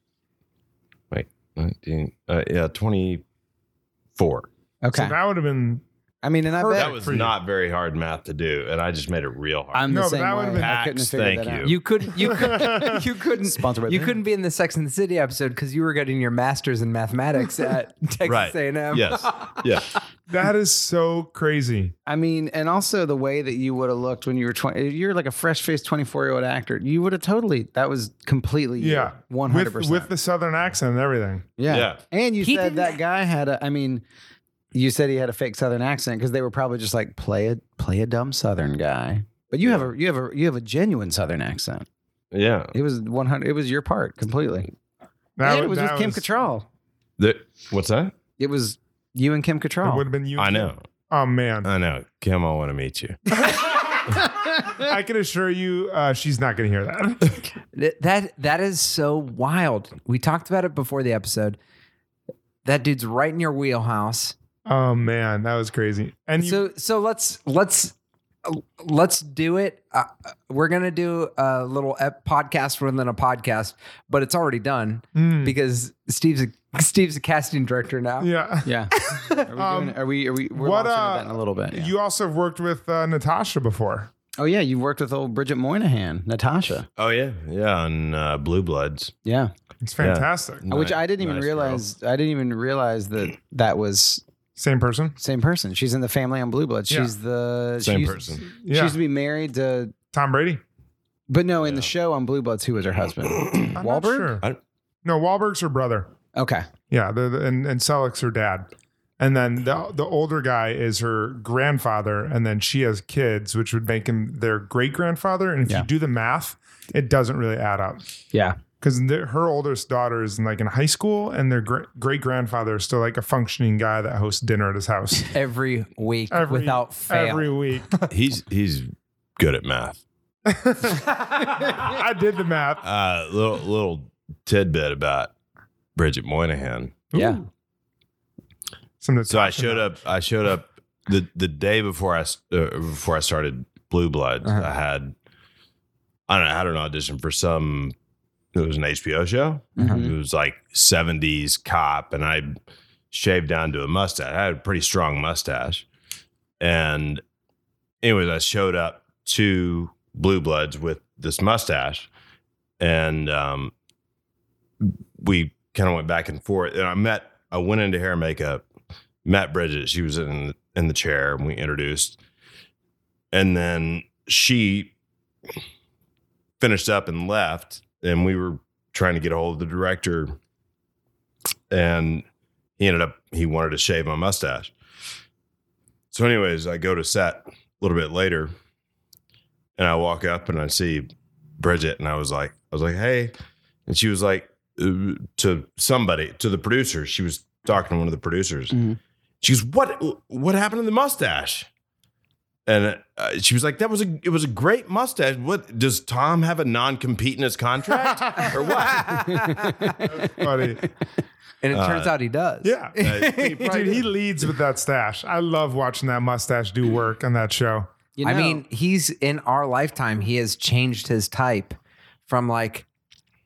[SPEAKER 2] Wait, 19. Uh, yeah, 24.
[SPEAKER 1] Okay,
[SPEAKER 3] So that would have been
[SPEAKER 1] I mean, and I
[SPEAKER 3] Perfect.
[SPEAKER 1] bet
[SPEAKER 2] That was
[SPEAKER 3] For you.
[SPEAKER 2] not very hard math to do, and I just made it real hard.
[SPEAKER 1] I'm the
[SPEAKER 3] No, but
[SPEAKER 1] same
[SPEAKER 3] that
[SPEAKER 1] way.
[SPEAKER 3] would've been-
[SPEAKER 1] I couldn't have
[SPEAKER 2] Pax,
[SPEAKER 1] figured
[SPEAKER 2] thank
[SPEAKER 1] that out.
[SPEAKER 2] you.
[SPEAKER 6] You couldn't. You, could, you couldn't.
[SPEAKER 1] Sponsored by
[SPEAKER 6] You
[SPEAKER 1] them.
[SPEAKER 6] couldn't be in the Sex and the City episode because you were getting your master's in mathematics at Texas
[SPEAKER 2] Right.
[SPEAKER 6] A&M.
[SPEAKER 2] yes. Yeah.
[SPEAKER 3] that is so crazy.
[SPEAKER 1] I mean, and also the way that you would have looked when you were twenty. You're like a fresh faced twenty four year old actor. You would have totally. That was completely. you.
[SPEAKER 3] Yeah,
[SPEAKER 1] one
[SPEAKER 3] With-
[SPEAKER 1] hundred percent.
[SPEAKER 3] with the southern accent and everything.
[SPEAKER 1] Yeah.
[SPEAKER 2] Yeah.
[SPEAKER 1] And you said that guy had a I mean, you said he had a fake southern accent because they were probably just like play a play a dumb southern guy. But you have a you have a you have a genuine southern accent.
[SPEAKER 2] Yeah.
[SPEAKER 1] It was 100 it was your part completely.
[SPEAKER 3] That
[SPEAKER 1] and it
[SPEAKER 3] would-
[SPEAKER 1] was with
[SPEAKER 3] that
[SPEAKER 1] Kim Cattrall.
[SPEAKER 2] The, what's that?
[SPEAKER 1] It was you and Kim
[SPEAKER 3] It would
[SPEAKER 1] Cattrall.
[SPEAKER 3] have been you.
[SPEAKER 2] I know.
[SPEAKER 3] Oh man.
[SPEAKER 2] I know. Kim, I want to meet you.
[SPEAKER 3] I can assure you, uh, she's not going to hear that.
[SPEAKER 1] Th- That that is so wild. We talked about it before the episode. That dude's right in your wheelhouse.
[SPEAKER 3] oh man, that was crazy. And you,
[SPEAKER 1] So so let's let's uh, let's do it. Uh, we're gonna do a little ep- podcast within a podcast, but it's already done
[SPEAKER 3] Mm,
[SPEAKER 1] because Steve's a, Steve's a casting director now.
[SPEAKER 3] yeah.
[SPEAKER 5] Yeah. Are we?
[SPEAKER 3] Um,
[SPEAKER 5] doing, are we? Are we? We're
[SPEAKER 3] what,
[SPEAKER 5] launching into
[SPEAKER 3] uh,
[SPEAKER 5] that in a little bit. yeah.
[SPEAKER 3] You also worked with uh, Natasha before.
[SPEAKER 5] oh yeah, you worked with old Bridget Moynihan, Natasha.
[SPEAKER 2] Oh yeah, yeah, on uh, Blue Bloods,
[SPEAKER 5] Yeah.
[SPEAKER 3] It's
[SPEAKER 2] Yeah.
[SPEAKER 3] fantastic.
[SPEAKER 5] Which
[SPEAKER 2] Ni-
[SPEAKER 5] I didn't even
[SPEAKER 2] nice girl.
[SPEAKER 5] realize. I didn't even realize that that was
[SPEAKER 3] Same person.
[SPEAKER 5] same person. She's in the family on Blue Blood.
[SPEAKER 3] Yeah.
[SPEAKER 5] She's the she
[SPEAKER 2] Same
[SPEAKER 5] used-
[SPEAKER 2] person.
[SPEAKER 5] She
[SPEAKER 3] Yeah,
[SPEAKER 5] used to be married to,
[SPEAKER 3] Tom Brady.
[SPEAKER 5] but no, in the
[SPEAKER 2] Yeah.
[SPEAKER 5] show on Blue Bloods, who was her husband?
[SPEAKER 3] I'm not
[SPEAKER 5] Wahlberg.
[SPEAKER 3] sure.
[SPEAKER 2] I-
[SPEAKER 3] no, Wahlberg's her brother.
[SPEAKER 5] Okay.
[SPEAKER 3] Yeah, the, the- and and Selleck's her dad, and then the the older guy is her grandfather, and then she has kids, which would make him their great grandfather. And if
[SPEAKER 5] Yeah.
[SPEAKER 3] you do the math, it doesn't really add up
[SPEAKER 5] Yeah.
[SPEAKER 3] because her oldest daughter is in, like in high school, and their great grandfather is still like a functioning guy that hosts dinner at his house
[SPEAKER 1] Every week
[SPEAKER 3] Every-
[SPEAKER 1] without fail.
[SPEAKER 3] every week.
[SPEAKER 2] He's he's good at math.
[SPEAKER 3] I did the math.
[SPEAKER 2] Uh, little little tidbit about Bridget Moynihan.
[SPEAKER 5] Yeah.
[SPEAKER 3] Some
[SPEAKER 2] So I showed up. I showed up the the day before I s- uh, before I started Blue Bloods.
[SPEAKER 1] Uh-huh.
[SPEAKER 2] I had I don't know, I had an audition for some. It was an HBO show.
[SPEAKER 5] Mhm.
[SPEAKER 2] It was like seventies cop, and I shaved down to a mustache. I had a pretty strong mustache, and anyways, I showed up to Blue Bloods with this mustache, and um, we kind of went back and forth. And I met, I went into hair and makeup, met Bridget. She was in in the chair, and we introduced, and then she finished up and left, and we were trying to get a hold of the director, and he ended up he wanted to shave my mustache. So, anyways, I go to set a little bit later, and I walk up and I see Bridget, and I was like, I was like, hey, and she was like uh, to somebody to the producer. She was talking to one of the producers.
[SPEAKER 5] Mhm.
[SPEAKER 2] She goes, what what happened to the mustache? And uh, she was like, "That was a it was a great mustache. What does Tom have a non compete in his contract or what?"
[SPEAKER 3] Buddy.
[SPEAKER 1] and it turns out he does.
[SPEAKER 3] Yeah.
[SPEAKER 2] Uh, he
[SPEAKER 3] Dude, he leads with that stash. I love watching that mustache do work on that show.
[SPEAKER 5] You
[SPEAKER 1] I
[SPEAKER 5] know-
[SPEAKER 1] mean, he's in our lifetime, he has changed his type from like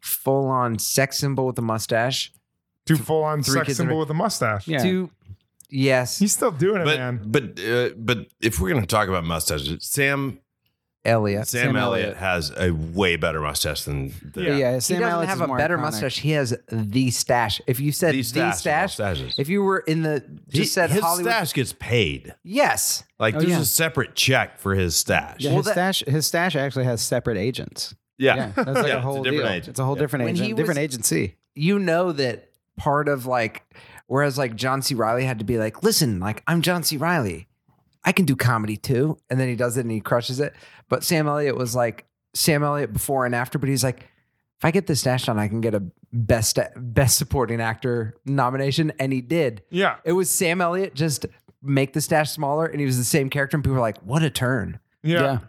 [SPEAKER 1] full on sex symbol with a mustache
[SPEAKER 3] To full on
[SPEAKER 1] Three
[SPEAKER 3] sex
[SPEAKER 1] kids in a-
[SPEAKER 3] symbol with a mustache.
[SPEAKER 5] yeah.
[SPEAKER 1] to yes,
[SPEAKER 3] He's still doing it,
[SPEAKER 2] but
[SPEAKER 3] man.
[SPEAKER 2] but uh, but if we're gonna talk about mustaches, Sam
[SPEAKER 1] Elliot.
[SPEAKER 2] Sam,
[SPEAKER 5] Sam
[SPEAKER 2] Elliott
[SPEAKER 5] Elliott.
[SPEAKER 2] has a way better mustache than the,
[SPEAKER 5] yeah.
[SPEAKER 1] He
[SPEAKER 5] Sam
[SPEAKER 1] doesn't
[SPEAKER 5] Alex
[SPEAKER 1] have
[SPEAKER 5] is
[SPEAKER 1] a
[SPEAKER 5] more
[SPEAKER 1] better
[SPEAKER 5] iconic.
[SPEAKER 1] mustache. He has the stash. If you said the
[SPEAKER 2] the
[SPEAKER 1] stash,
[SPEAKER 2] stash. of mustaches.
[SPEAKER 1] if you were in the just
[SPEAKER 2] He-
[SPEAKER 1] said
[SPEAKER 2] his
[SPEAKER 1] Hollywood,
[SPEAKER 2] stash gets paid.
[SPEAKER 1] yes,
[SPEAKER 2] Like
[SPEAKER 5] Oh,
[SPEAKER 2] there's
[SPEAKER 5] yeah.
[SPEAKER 2] a separate check for his stash.
[SPEAKER 5] Yeah,
[SPEAKER 2] Yeah,
[SPEAKER 5] his stash. His stash actually has separate agents. Yeah, that's like
[SPEAKER 2] Yeah, it's
[SPEAKER 5] a
[SPEAKER 2] a
[SPEAKER 5] whole
[SPEAKER 2] different
[SPEAKER 5] deal.
[SPEAKER 2] agent.
[SPEAKER 5] It's a whole
[SPEAKER 2] Yeah.
[SPEAKER 5] different
[SPEAKER 1] When he
[SPEAKER 5] agent, different
[SPEAKER 1] was-
[SPEAKER 5] agency.
[SPEAKER 1] you know that part of like, whereas like John C. Riley had to be like, listen, like I'm John C. Riley, I can do comedy too, and then he does it and he crushes it. But Sam Elliott was like Sam Elliott before and after, but he's like, if I get this stash on, I can get a best best supporting actor nomination, and he did.
[SPEAKER 3] Yeah.
[SPEAKER 1] It was Sam Elliott just make the stash smaller, and he was the same character, and people were like, "What a turn!"
[SPEAKER 3] Yeah.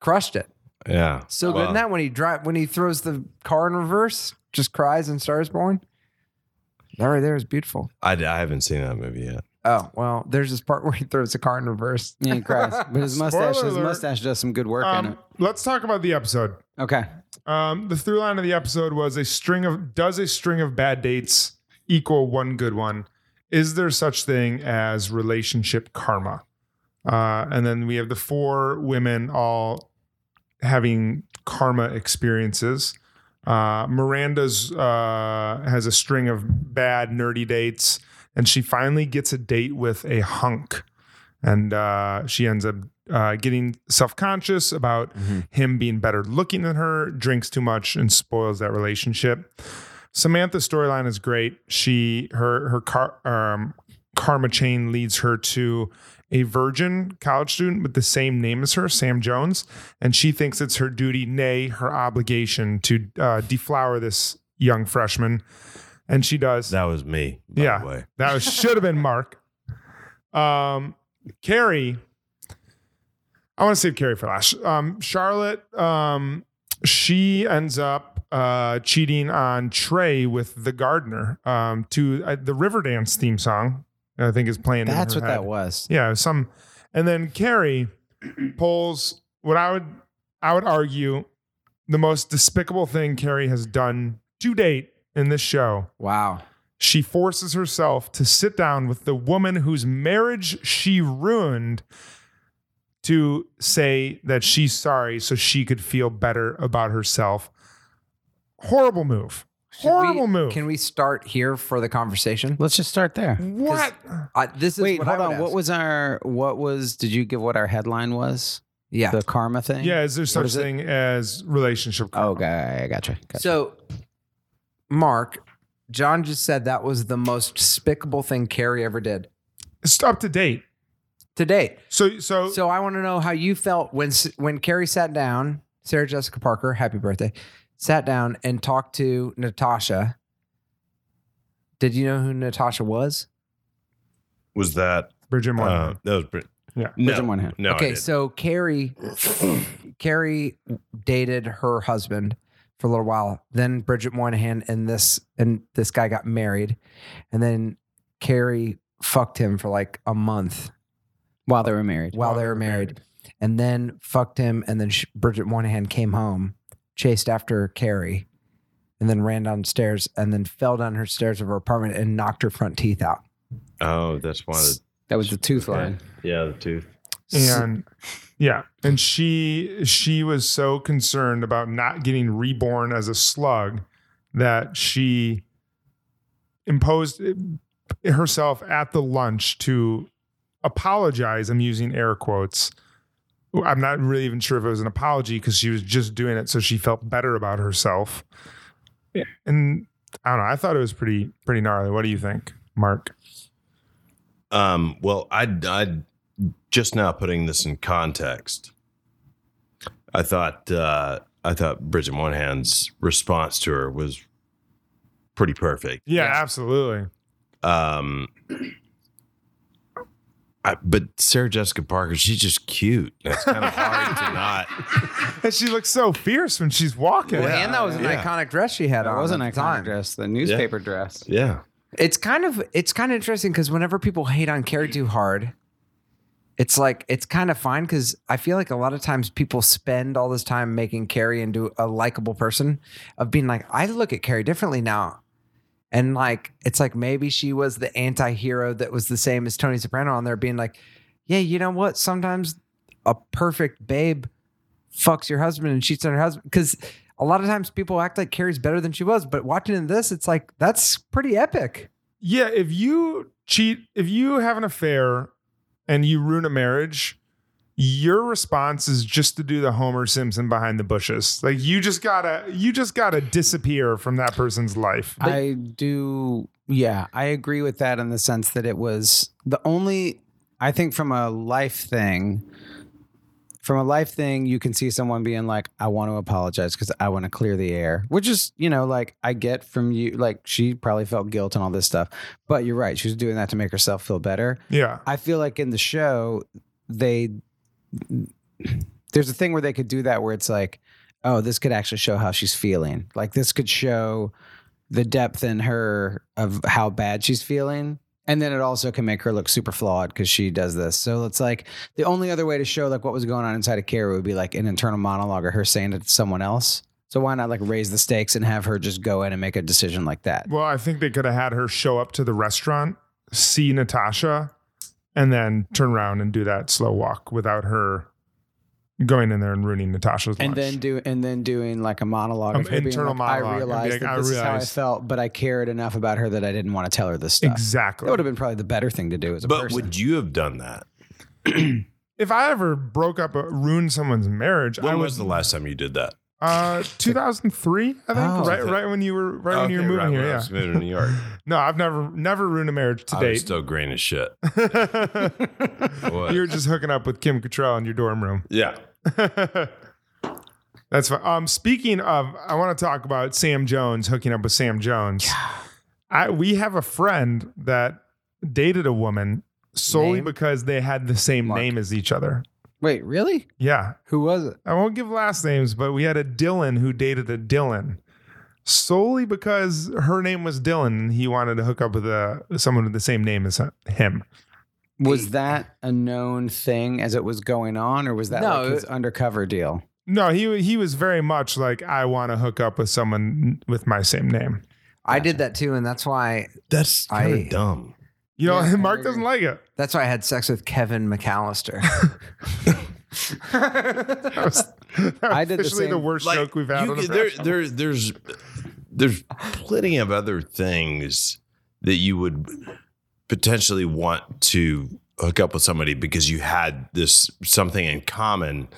[SPEAKER 1] Crushed it.
[SPEAKER 2] yeah.
[SPEAKER 1] So good
[SPEAKER 2] Well,
[SPEAKER 1] in that when he drive when he throws the car in reverse, just cries and stars born. That right there is beautiful.
[SPEAKER 2] I, I haven't seen that movie yet.
[SPEAKER 1] Oh well, there's this part where he throws the car in reverse.
[SPEAKER 5] Yeah, he cries. But his mustache,
[SPEAKER 3] Spoiler
[SPEAKER 5] his
[SPEAKER 3] alert.
[SPEAKER 5] mustache does some good work in
[SPEAKER 3] Um,
[SPEAKER 5] it.
[SPEAKER 3] let's talk about the episode.
[SPEAKER 5] Okay.
[SPEAKER 3] Um, the through line of the episode was a string of does a string of bad dates equal one good one? Is there such thing as relationship karma? Uh, and then we have the four women all having karma experiences. Uh, Miranda's uh, has a string of bad nerdy dates, and she finally gets a date with a hunk, and uh, she ends up uh, getting self conscious about him being better looking than her, drinks too much, and spoils that relationship. Samantha's storyline is great. She her her car, um, karma chain leads her to a virgin college student with the same name as her, Sam Jones, and she thinks it's her duty, nay, her obligation, to uh, deflower this young freshman, and she does.
[SPEAKER 2] That was me. By
[SPEAKER 3] Yeah.
[SPEAKER 2] The way.
[SPEAKER 3] That was- should have been Mark. Um, Carrie I want to save Carrie for last. Um, Charlotte, um, she ends up uh, cheating on Trey with the gardener um, to uh, the Riverdance theme song. I think is playing. in
[SPEAKER 1] That's
[SPEAKER 3] her
[SPEAKER 1] what
[SPEAKER 3] head.
[SPEAKER 1] that was.
[SPEAKER 3] Yeah, some, and then Carrie pulls what I would I would argue the most despicable thing Carrie has done to date in this show.
[SPEAKER 1] Wow.
[SPEAKER 3] She forces herself to sit down with the woman whose marriage she ruined to say that she's sorry so she could feel better about herself. Horrible move.
[SPEAKER 6] Should we-
[SPEAKER 3] Horrible move.
[SPEAKER 6] Can we start here for the conversation?
[SPEAKER 1] Let's just start there.
[SPEAKER 3] what?
[SPEAKER 6] I, this is
[SPEAKER 1] Wait,
[SPEAKER 6] what
[SPEAKER 1] hold
[SPEAKER 6] I
[SPEAKER 1] on.
[SPEAKER 6] would
[SPEAKER 1] What
[SPEAKER 6] ask.
[SPEAKER 1] was our? What was? Did you give what our headline was?
[SPEAKER 6] yeah?
[SPEAKER 1] The karma thing.
[SPEAKER 3] Yeah, is there such
[SPEAKER 1] is it?
[SPEAKER 3] thing as relationship?
[SPEAKER 1] Oh,
[SPEAKER 3] karma?
[SPEAKER 1] okay. I gotcha. gotcha.
[SPEAKER 6] So, Mark, John just said that was the most despicable thing Carrie ever did
[SPEAKER 3] It's up to date.
[SPEAKER 6] to date.
[SPEAKER 3] So, so,
[SPEAKER 6] So I want to know how you felt when when Carrie sat down, Sarah Jessica Parker, happy birthday, sat down and talked to Natasha. Did you know who Natasha was?
[SPEAKER 2] Was that
[SPEAKER 3] Bridget
[SPEAKER 2] uh,
[SPEAKER 5] Um,
[SPEAKER 3] Moynihan.
[SPEAKER 2] that was pretty,
[SPEAKER 3] Yeah.
[SPEAKER 2] No,
[SPEAKER 1] Bridget Moynihan.
[SPEAKER 2] no, I
[SPEAKER 6] okay,
[SPEAKER 2] didn't.
[SPEAKER 6] so Carrie Carrie dated her husband for a little while. Then Bridget Moynihan and this and this guy got married, and then Carrie fucked him for like a month
[SPEAKER 1] while they were married.
[SPEAKER 6] while they were married, and then fucked him. And then sh Bridget Moynihan came home, chased after Carrie, and then ran downstairs and then fell down her stairs of her apartment and knocked her front teeth out.
[SPEAKER 2] oh, that's why. The,
[SPEAKER 1] That was the tooth line.
[SPEAKER 2] yeah, the tooth.
[SPEAKER 3] and yeah and she she was so concerned about not getting reborn as a slug that she imposed eh, herself at the lunch to apologize i'm using air quotes i'm not really even sure if it was an apology because she was just doing it so she felt better about herself and i don't know i thought it was pretty pretty gnarly what do you think mark
[SPEAKER 2] Um, well, I, I just now putting this in context. I thought uh, I thought Bridget Moynihan's response to her was pretty perfect.
[SPEAKER 3] yeah absolutely
[SPEAKER 2] Um, I, but Sarah Jessica Parker, she's just cute. It's kind of hard to not.
[SPEAKER 3] and she looks so fierce when she's walking
[SPEAKER 6] Well, and that was an
[SPEAKER 2] yeah.
[SPEAKER 6] iconic dress she had
[SPEAKER 1] That
[SPEAKER 6] on.
[SPEAKER 1] was an
[SPEAKER 6] at
[SPEAKER 1] iconic
[SPEAKER 6] the time.
[SPEAKER 1] dress. The newspaper dress.
[SPEAKER 2] Yeah.
[SPEAKER 6] It's kind of it's kind of interesting because whenever people hate on Carrie too hard, it's like it's kind of fine because I feel like a lot of times people spend all this time making Carrie into a likable person of being like, I look at Carrie differently now. And like it's like maybe she was the anti-hero that was the same as Tony Soprano on there being like, Yeah, you know what? Sometimes a perfect babe fucks your husband and cheats on her husband. Because a lot of times people act like Carrie's better than she was, but watching this, it's like that's pretty epic.
[SPEAKER 3] Yeah, if you cheat, if you have an affair and you ruin a marriage, your response is just to do the Homer Simpson behind the bushes. Like you just gotta, you just gotta disappear from that person's life.
[SPEAKER 1] I do. Yeah, I agree with that in the sense that it was the only. I think from a life thing, from a life thing, you can see someone being like, "I want to apologize because I want to clear the air," which is, you know, like I get from you. Like she probably felt guilt and all this stuff, but you're right. She was doing that to make herself feel better.
[SPEAKER 3] Yeah,
[SPEAKER 1] I feel like in the show, they there's a thing where they could do that where it's like, oh, this could actually show how she's feeling. Like this could show the depth in her of how bad she's feeling. And then it also can make her look super flawed because she does this. So it's like the only other way to show like what was going on inside of Carrie would be like an internal monologue or her saying it to someone else. So why not like raise the stakes and have her just go in and make a decision like that?
[SPEAKER 3] Well, I think they could have had her show up to the restaurant, see Natasha, and then turn around and do that slow walk without her going in there and ruining Natasha's
[SPEAKER 1] and
[SPEAKER 3] lunch.
[SPEAKER 1] then do and then doing like a monologue
[SPEAKER 3] Um,
[SPEAKER 1] of her being
[SPEAKER 3] internal
[SPEAKER 1] like, I
[SPEAKER 3] monologue and be
[SPEAKER 1] realized
[SPEAKER 3] like,
[SPEAKER 1] that
[SPEAKER 3] "I
[SPEAKER 1] this
[SPEAKER 3] realized."
[SPEAKER 1] is how I felt, but I cared enough about her that I didn't want to tell her this stuff.
[SPEAKER 3] exactly.
[SPEAKER 1] That would have been probably the better thing to do as a
[SPEAKER 2] But
[SPEAKER 1] person.
[SPEAKER 2] would you have done that?
[SPEAKER 3] if I ever broke up, a, ruined someone's marriage, I
[SPEAKER 2] When
[SPEAKER 3] would
[SPEAKER 2] was the last time you did that?
[SPEAKER 3] Uh, 2003, I think.
[SPEAKER 1] Oh.
[SPEAKER 3] Right, right when you were, right when you were
[SPEAKER 2] Okay,
[SPEAKER 3] moving
[SPEAKER 2] right
[SPEAKER 3] here.
[SPEAKER 2] when I
[SPEAKER 3] Yeah.
[SPEAKER 2] was moving to New York.
[SPEAKER 3] No, I've never, never ruined a marriage to
[SPEAKER 2] I
[SPEAKER 3] date.
[SPEAKER 2] was still green as shit.
[SPEAKER 3] you were just hooking up with Kim Cattrall in your dorm room.
[SPEAKER 2] Yeah.
[SPEAKER 3] That's fine. Um, speaking of, I want to talk about Sam Jones hooking up with Sam Jones. I we have a friend that dated a woman solely
[SPEAKER 6] Name?
[SPEAKER 3] because they had the same
[SPEAKER 1] Mark.
[SPEAKER 3] name as each other.
[SPEAKER 1] Wait, really?
[SPEAKER 3] Yeah.
[SPEAKER 1] Who was it?
[SPEAKER 3] I won't give last names, but we had a Dylan who dated a Dylan solely because her name was Dylan and he wanted to hook up with a, someone with the same name as him.
[SPEAKER 1] Was that a known thing as it was going on, or was that
[SPEAKER 6] No,
[SPEAKER 1] like his undercover deal?
[SPEAKER 3] No, he he was very much like I want to hook up with someone with my same name.
[SPEAKER 6] I did that too, and that's why
[SPEAKER 2] That's
[SPEAKER 6] I-
[SPEAKER 2] kind of dumb.
[SPEAKER 3] You know,
[SPEAKER 1] Yeah,
[SPEAKER 3] and Mark
[SPEAKER 1] I
[SPEAKER 3] doesn't like it.
[SPEAKER 6] that's why I had sex with Kevin McAllister.
[SPEAKER 3] That was, that was
[SPEAKER 1] I did the
[SPEAKER 3] officially the,
[SPEAKER 1] same-
[SPEAKER 3] worst joke we've had
[SPEAKER 2] you
[SPEAKER 3] on the
[SPEAKER 2] could- there,
[SPEAKER 3] Bradshaw.
[SPEAKER 2] there, there's there's plenty of other things that you would potentially want to hook up with somebody because you had this something in common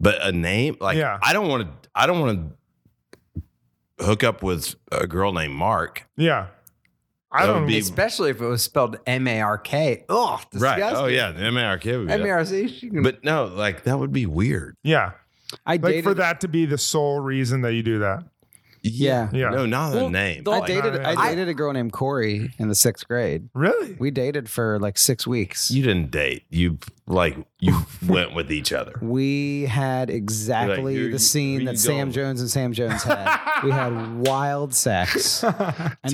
[SPEAKER 2] but a name like
[SPEAKER 3] Yeah.
[SPEAKER 2] i don't want to i don't want to hook up with a girl named mark
[SPEAKER 3] Yeah. I
[SPEAKER 2] That would
[SPEAKER 3] don't
[SPEAKER 2] be-
[SPEAKER 6] Especially if it was spelled M A R K. Oh, disgusting.
[SPEAKER 2] right oh yeah the mark would be
[SPEAKER 6] M A
[SPEAKER 2] that.
[SPEAKER 6] R C. she can-
[SPEAKER 2] but no like that would be weird
[SPEAKER 3] Yeah.
[SPEAKER 1] I
[SPEAKER 3] Like
[SPEAKER 1] dated
[SPEAKER 3] for that to be the sole reason that you do that.
[SPEAKER 1] Yeah.
[SPEAKER 3] Yeah.
[SPEAKER 2] no not
[SPEAKER 1] Well,
[SPEAKER 2] a name
[SPEAKER 1] I
[SPEAKER 2] Like,
[SPEAKER 1] dated
[SPEAKER 3] I-
[SPEAKER 1] I dated a girl named Corey in the sixth grade.
[SPEAKER 3] Really?
[SPEAKER 1] We dated for like six weeks.
[SPEAKER 2] you didn't date you like you went with each other
[SPEAKER 1] We had exactly
[SPEAKER 2] you're-
[SPEAKER 1] the scene
[SPEAKER 2] you-
[SPEAKER 1] that
[SPEAKER 2] you
[SPEAKER 1] Sam
[SPEAKER 2] don't-
[SPEAKER 1] Jones and Sam Jones had. we had wild sex. And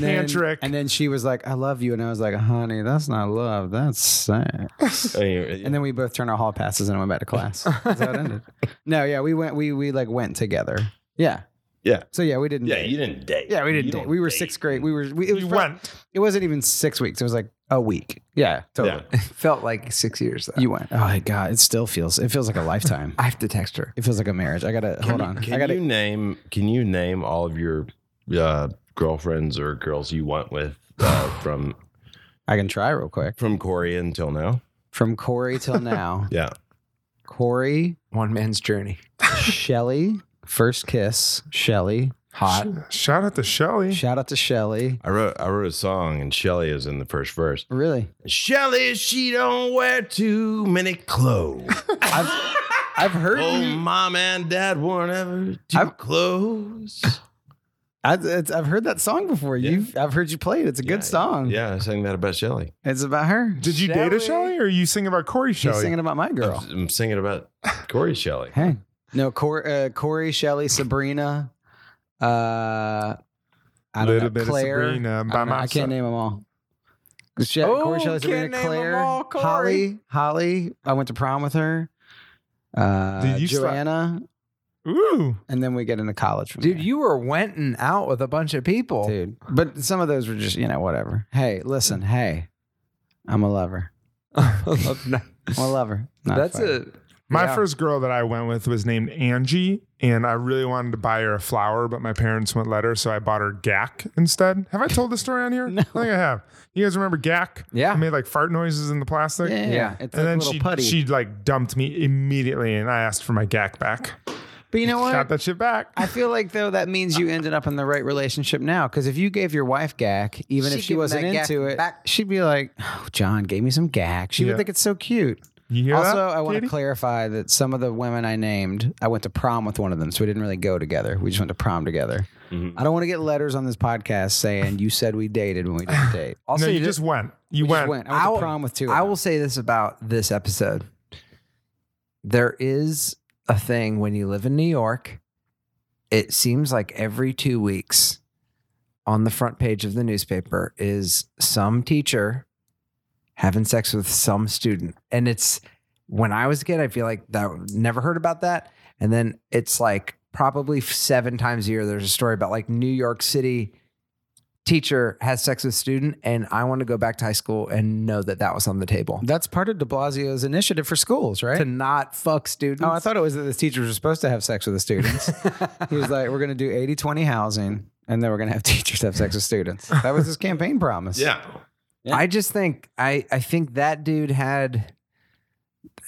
[SPEAKER 1] then,
[SPEAKER 3] Tantric.
[SPEAKER 1] and then she was like, I love you. And I was like, honey, that's not love. That's sex.
[SPEAKER 2] Oh,
[SPEAKER 1] And then we both turned our hall passes and went back to class. That's how it ended. No, yeah, we went, we, we like went together. Yeah.
[SPEAKER 2] Yeah.
[SPEAKER 1] So yeah, we didn't.
[SPEAKER 2] Yeah,
[SPEAKER 1] date.
[SPEAKER 2] you didn't date.
[SPEAKER 1] Yeah, we didn't
[SPEAKER 2] You
[SPEAKER 1] date.
[SPEAKER 2] don't
[SPEAKER 1] We were
[SPEAKER 2] date.
[SPEAKER 1] sixth grade. We were, we, it was
[SPEAKER 3] you
[SPEAKER 1] probably-
[SPEAKER 3] went.
[SPEAKER 1] It wasn't even six weeks. It was like a week. Yeah, totally.
[SPEAKER 2] Yeah.
[SPEAKER 6] felt like six years though.
[SPEAKER 1] You went. Oh my god, it still feels. It feels like a lifetime.
[SPEAKER 6] I have to text her.
[SPEAKER 1] it feels like a marriage. I gotta hold on.
[SPEAKER 2] Can
[SPEAKER 1] I gotta.
[SPEAKER 2] you name? Can you name all of your uh, girlfriends or girls you went with uh, from
[SPEAKER 1] I can try real quick.
[SPEAKER 2] from Corey until now?
[SPEAKER 1] From Corey till now.
[SPEAKER 2] Yeah.
[SPEAKER 1] Corey,
[SPEAKER 6] One man's journey.
[SPEAKER 1] Shelly, first kiss, Shelly.
[SPEAKER 6] Hot.
[SPEAKER 3] Shout out to Shelly.
[SPEAKER 1] Shout out to Shelly.
[SPEAKER 2] I wrote I wrote a song and Shelly is in the first verse.
[SPEAKER 1] Really,
[SPEAKER 2] Shelly, she don't wear too many clothes.
[SPEAKER 1] I've heard.
[SPEAKER 2] oh,
[SPEAKER 1] you-
[SPEAKER 2] mom and dad wore never too
[SPEAKER 1] I've-
[SPEAKER 2] clothes.
[SPEAKER 1] I, it's, I've heard that song before.
[SPEAKER 2] Yeah.
[SPEAKER 1] You've I've heard you play it. It's a
[SPEAKER 2] Yeah,
[SPEAKER 1] good
[SPEAKER 6] Mm.
[SPEAKER 1] song.
[SPEAKER 2] Yeah, I sang that about Shelly.
[SPEAKER 1] it's about her.
[SPEAKER 3] Did you date a Shelly or are you singing about Corey
[SPEAKER 1] She's
[SPEAKER 3] Shelly?
[SPEAKER 1] singing about my girl.
[SPEAKER 2] I'm, I'm singing Mm, about Corey Shelly.
[SPEAKER 1] Hey. No, Cor- uh, Corey, Shelley, Sabrina. Uh, I don't
[SPEAKER 3] Little
[SPEAKER 1] know,
[SPEAKER 3] bit of
[SPEAKER 1] Claire.
[SPEAKER 3] Sabrina
[SPEAKER 1] I, don't
[SPEAKER 3] by
[SPEAKER 1] know, I
[SPEAKER 3] myself.
[SPEAKER 1] can't name them all. She-
[SPEAKER 6] Oh,
[SPEAKER 1] Corey, Shelley, Sabrina,
[SPEAKER 6] can't name 'em
[SPEAKER 1] Claire,
[SPEAKER 6] all, Corey.
[SPEAKER 1] Holly, Holly. I went to prom with her. Uh,
[SPEAKER 3] Dude, you slap-
[SPEAKER 1] Joanna,
[SPEAKER 3] Ooh.
[SPEAKER 1] and then we get into college, from
[SPEAKER 6] Dude,
[SPEAKER 1] there.
[SPEAKER 6] you were wenting out with a bunch of people.
[SPEAKER 1] dude. But some of those were just you know whatever. Hey, listen, hey, I'm a lover. I'm a lover. Not
[SPEAKER 6] That's
[SPEAKER 1] fighter.
[SPEAKER 6] a
[SPEAKER 3] My
[SPEAKER 6] Yeah.
[SPEAKER 3] first girl that I went with was named Angie, and I really wanted to buy her a flower, but my parents wouldn't let her, so I bought her Gak instead. Have I told this story on here?
[SPEAKER 1] No.
[SPEAKER 3] I think I have. You guys remember Gak?
[SPEAKER 6] Yeah.
[SPEAKER 3] I made like fart noises in the plastic.
[SPEAKER 1] yeah.
[SPEAKER 6] yeah.
[SPEAKER 1] It's like
[SPEAKER 3] And
[SPEAKER 1] a
[SPEAKER 3] then
[SPEAKER 1] little
[SPEAKER 3] she
[SPEAKER 1] putty.
[SPEAKER 3] she like dumped me immediately, and I asked for my Gak back.
[SPEAKER 1] but you know what?
[SPEAKER 3] Got that shit back.
[SPEAKER 1] I feel like though that means you ended up in the right relationship now. Because if you gave your wife gack, even
[SPEAKER 6] She'd
[SPEAKER 1] if she
[SPEAKER 6] give him
[SPEAKER 1] wasn't
[SPEAKER 6] that gack
[SPEAKER 1] into it,
[SPEAKER 6] back.
[SPEAKER 1] she'd be like, oh, "John gave me some gack." She
[SPEAKER 3] Yeah.
[SPEAKER 1] would think it's so cute.
[SPEAKER 3] You hear
[SPEAKER 1] also,
[SPEAKER 3] that,
[SPEAKER 1] I want to
[SPEAKER 3] Katie?
[SPEAKER 1] clarify that some of the women I named, I went to prom with one of them, so we didn't really go together. We just went to prom together.
[SPEAKER 3] Mm-hmm.
[SPEAKER 1] I don't want to get letters on this podcast saying you said we dated when we didn't date.
[SPEAKER 6] also
[SPEAKER 3] no, you
[SPEAKER 6] you
[SPEAKER 3] just
[SPEAKER 6] just
[SPEAKER 3] went. You
[SPEAKER 1] We just
[SPEAKER 3] went.
[SPEAKER 1] went. I went
[SPEAKER 6] I'll-
[SPEAKER 1] to prom with two.
[SPEAKER 6] I
[SPEAKER 1] of
[SPEAKER 6] will say this about this episode. There is a thing when you live in New York, it seems like every two weeks on the front page of the newspaper is some teacher having sex with some student. And it's when I was a kid, I feel like that never heard about that. And then it's like probably seven times a year, there's a story about like New York City teacher has sex with student. And I want to go back to high school and know that that was on the table
[SPEAKER 1] them. That's part of De Blasio's initiative for schools, right?
[SPEAKER 6] to not fuck students.
[SPEAKER 1] Oh, I thought it was that the teachers were supposed to have sex with the students. he was like, we're going to do 80 20 housing, and then we're going to have teachers have sex with students. That was his campaign promise.
[SPEAKER 2] Yeah.
[SPEAKER 6] I just think I I think that dude had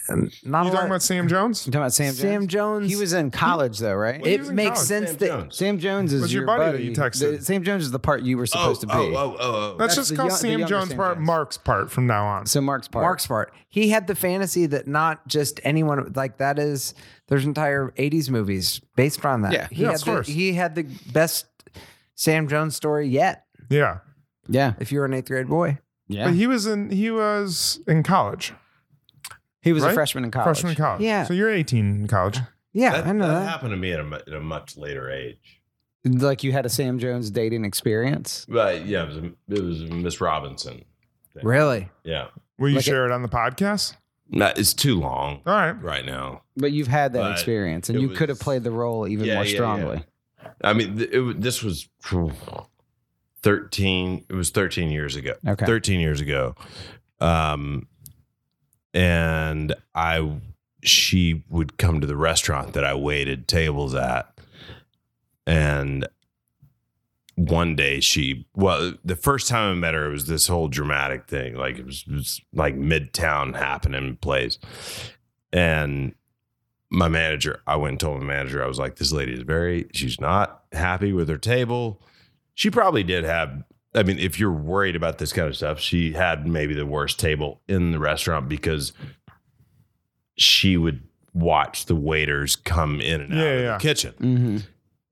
[SPEAKER 6] um, not
[SPEAKER 3] You
[SPEAKER 6] a lot.
[SPEAKER 3] talking about Sam Jones?
[SPEAKER 1] You talking about Sam Jones?
[SPEAKER 6] Sam Jones.
[SPEAKER 1] He was in college, though, right?
[SPEAKER 3] Well, he
[SPEAKER 6] it
[SPEAKER 3] was in
[SPEAKER 6] makes
[SPEAKER 3] college.
[SPEAKER 6] sense
[SPEAKER 2] Sam
[SPEAKER 6] that
[SPEAKER 2] Jones.
[SPEAKER 1] Sam Jones is
[SPEAKER 3] Was your
[SPEAKER 1] your
[SPEAKER 3] buddy that
[SPEAKER 1] buddy.
[SPEAKER 3] you texted?
[SPEAKER 1] The- Sam Jones is the part you were supposed to be.
[SPEAKER 2] Oh, oh, oh, oh.
[SPEAKER 3] Let's
[SPEAKER 1] That's
[SPEAKER 3] just
[SPEAKER 1] the
[SPEAKER 3] call
[SPEAKER 1] yo- the
[SPEAKER 3] Sam
[SPEAKER 1] younger
[SPEAKER 3] Jones
[SPEAKER 1] Sam
[SPEAKER 3] part
[SPEAKER 1] Jones.
[SPEAKER 3] Mark's part from now on.
[SPEAKER 1] So Mark's part.
[SPEAKER 6] Mark's part. He had the fantasy that not just anyone like that is there's entire 80s movies based on that.
[SPEAKER 1] Yeah.
[SPEAKER 6] he
[SPEAKER 3] Yeah,
[SPEAKER 6] had
[SPEAKER 3] of
[SPEAKER 6] the,
[SPEAKER 3] course.
[SPEAKER 6] he had the best Sam Jones story yet.
[SPEAKER 3] yeah.
[SPEAKER 1] Yeah.
[SPEAKER 6] If you were an eighth grade boy,
[SPEAKER 1] Yeah.
[SPEAKER 3] But he was in he was in college.
[SPEAKER 1] He He was a
[SPEAKER 3] Right?
[SPEAKER 1] freshman in college.
[SPEAKER 3] Freshman in college.
[SPEAKER 6] Yeah.
[SPEAKER 3] So you're 18 in college.
[SPEAKER 6] Yeah,
[SPEAKER 2] that,
[SPEAKER 6] I know
[SPEAKER 2] that
[SPEAKER 6] that.
[SPEAKER 2] happened to me at a, mu- at a much later age.
[SPEAKER 1] Like you had a Sam Jones dating experience.
[SPEAKER 2] But yeah, it was, a, it was a Miss Robinson. thing.
[SPEAKER 6] Really?
[SPEAKER 2] Yeah.
[SPEAKER 3] Will you
[SPEAKER 1] Like a-
[SPEAKER 3] share it on the podcast?
[SPEAKER 2] No, it's too long
[SPEAKER 3] All right.
[SPEAKER 2] right now.
[SPEAKER 1] But you've had that
[SPEAKER 2] But
[SPEAKER 1] experience, and
[SPEAKER 2] it
[SPEAKER 1] you could have
[SPEAKER 2] was-
[SPEAKER 1] played the role even
[SPEAKER 2] Yeah,
[SPEAKER 1] more
[SPEAKER 2] yeah, yeah.
[SPEAKER 1] strongly.
[SPEAKER 2] I mean, th- it, wa- this was 13, it was 13 years ago.
[SPEAKER 1] Okay.
[SPEAKER 2] 13 years ago. Um, and I, she would come to the restaurant that I waited tables at. And one day she, well, the first time I met her, it was this whole dramatic thing. Like it was, it was like midtown happening place. And my manager, I went and told my manager, I was like, this lady is very, she's not happy with her table. She probably did have, I mean, if you're worried about this kind of stuff, she had maybe the worst table in the restaurant because she would watch the waiters come in and out
[SPEAKER 3] Yeah,
[SPEAKER 2] of
[SPEAKER 3] yeah.
[SPEAKER 2] the kitchen.
[SPEAKER 1] Mm-hmm.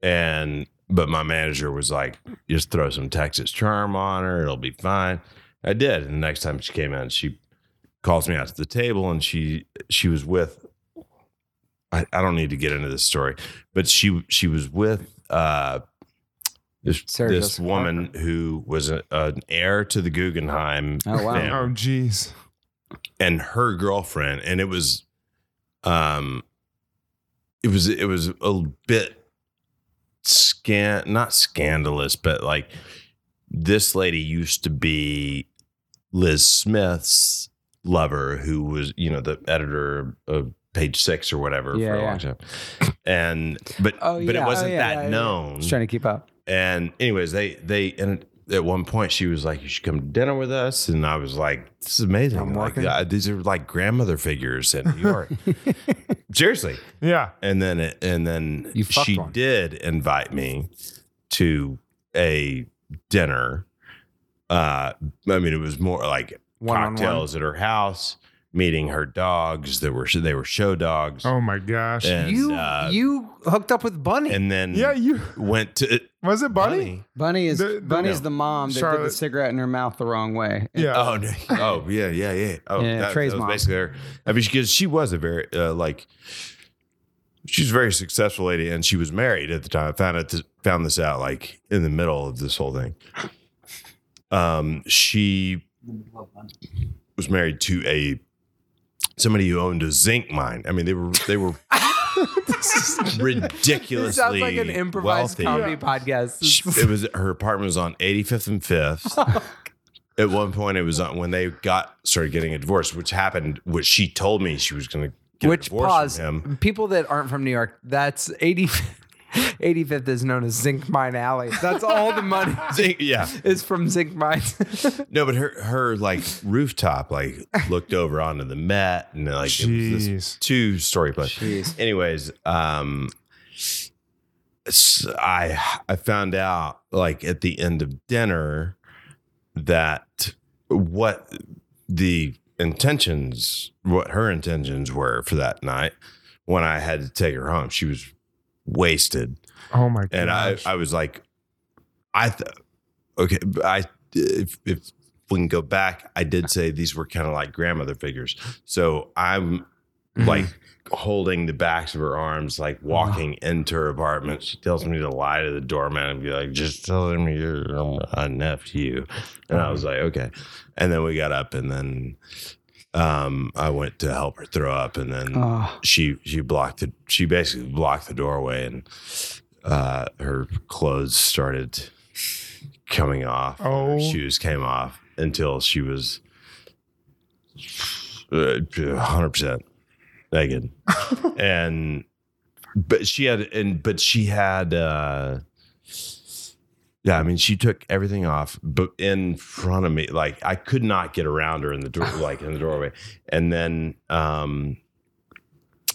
[SPEAKER 2] And but my manager was like, just throw some Texas charm on her, it'll be fine. I did. And the next time she came in, she calls me out to the table and she she was with I, I don't need to get into this story, but she she was with uh this,
[SPEAKER 1] Sarah
[SPEAKER 2] this
[SPEAKER 1] Jessica
[SPEAKER 2] woman who was a, an heir to the Guggenheim
[SPEAKER 1] Oh wow.
[SPEAKER 2] Yeah.
[SPEAKER 3] Oh, geez.
[SPEAKER 2] and her girlfriend and it was um it was it was a bit scan not scandalous but like this lady used to be liz smith's lover who was you know the editor of page six or whatever
[SPEAKER 1] Yeah,
[SPEAKER 2] for a long time and but
[SPEAKER 1] Oh,
[SPEAKER 2] but
[SPEAKER 1] yeah.
[SPEAKER 2] it
[SPEAKER 1] Oh,
[SPEAKER 2] wasn't
[SPEAKER 1] yeah,
[SPEAKER 2] that
[SPEAKER 1] yeah, yeah.
[SPEAKER 2] known
[SPEAKER 1] Just trying to keep up.
[SPEAKER 2] and anyways, they they and at one point she was like, "You should come to dinner with us," and I was like, "This is amazing!
[SPEAKER 6] I'm
[SPEAKER 2] like,
[SPEAKER 6] working.
[SPEAKER 2] uh, these are like grandmother figures in New York, seriously."
[SPEAKER 3] Yeah.
[SPEAKER 2] And then it, and then
[SPEAKER 6] You fucked
[SPEAKER 2] she
[SPEAKER 6] one.
[SPEAKER 2] did invite me to a dinner. Uh, I mean, it was more like
[SPEAKER 6] One-on-one?
[SPEAKER 2] cocktails at her house, meeting her dogs that were they were show dogs.
[SPEAKER 3] Oh, my gosh.
[SPEAKER 2] and,
[SPEAKER 6] you
[SPEAKER 2] uh,
[SPEAKER 6] you hooked up with Bunny.
[SPEAKER 2] and then
[SPEAKER 3] yeah, you.
[SPEAKER 2] went to
[SPEAKER 3] Was it Bunny?
[SPEAKER 1] Bunny is
[SPEAKER 3] The- the-
[SPEAKER 1] Bunny's the mom that did
[SPEAKER 3] Charlotte-
[SPEAKER 1] the cigarette in her mouth the wrong way.
[SPEAKER 3] Yeah.
[SPEAKER 2] Oh, no. oh yeah, yeah, yeah. Oh,
[SPEAKER 1] Yeah,
[SPEAKER 2] that,
[SPEAKER 1] Trey's
[SPEAKER 2] that was
[SPEAKER 1] mom.
[SPEAKER 2] basically her. I mean, because she was a very uh, like she's a very successful lady, and she was married at the time. I found it found this out like in the middle of this whole thing. Um, she was married to a somebody who owned a zinc mine. I mean, they were they were ridiculously
[SPEAKER 6] This sounds like an improvised
[SPEAKER 2] wealthy.
[SPEAKER 6] comedy podcast.
[SPEAKER 2] She- it was her apartment was on 85th and 5th. At one point, it was on when they got started getting a divorce, which happened. Which she told me she was going to get a
[SPEAKER 6] Which
[SPEAKER 2] divorce
[SPEAKER 6] pause?
[SPEAKER 2] from him.
[SPEAKER 6] People that aren't from New York, that's 80, 85th is known as Zinc Mine Alley. That's all the money
[SPEAKER 2] Zinc- yeah,
[SPEAKER 6] is from zinc mines.
[SPEAKER 2] no, but her her like rooftop like looked over onto the Met and like it was this
[SPEAKER 3] Jeez.
[SPEAKER 2] two story place. Anyways, um, s- I I found out like at the end of dinner that what the intentions, what her intentions were for that night. When I had to take her home, she was wasted
[SPEAKER 3] Oh, my
[SPEAKER 2] and I,
[SPEAKER 3] gosh.
[SPEAKER 2] I was like, I, th- okay, but I, if, if we can go back, I did say these were kind of like grandmother figures. So I'm like holding the backs of her arms, like walking into her apartment. She tells me to lie to the doorman and be like, just tell him you're a nephew. And I was like, okay. And then we got up and then, um, I went to help her throw up and then,
[SPEAKER 1] Oh,
[SPEAKER 2] she she blocked the she basically blocked the doorway and uh her clothes started coming off
[SPEAKER 3] Oh.
[SPEAKER 2] her shoes came off until she was uh, 100% naked and but she had and but she had uh yeah, I mean, she took everything off, but in front of me, like I could not get around her in the door, like in the doorway. And then um,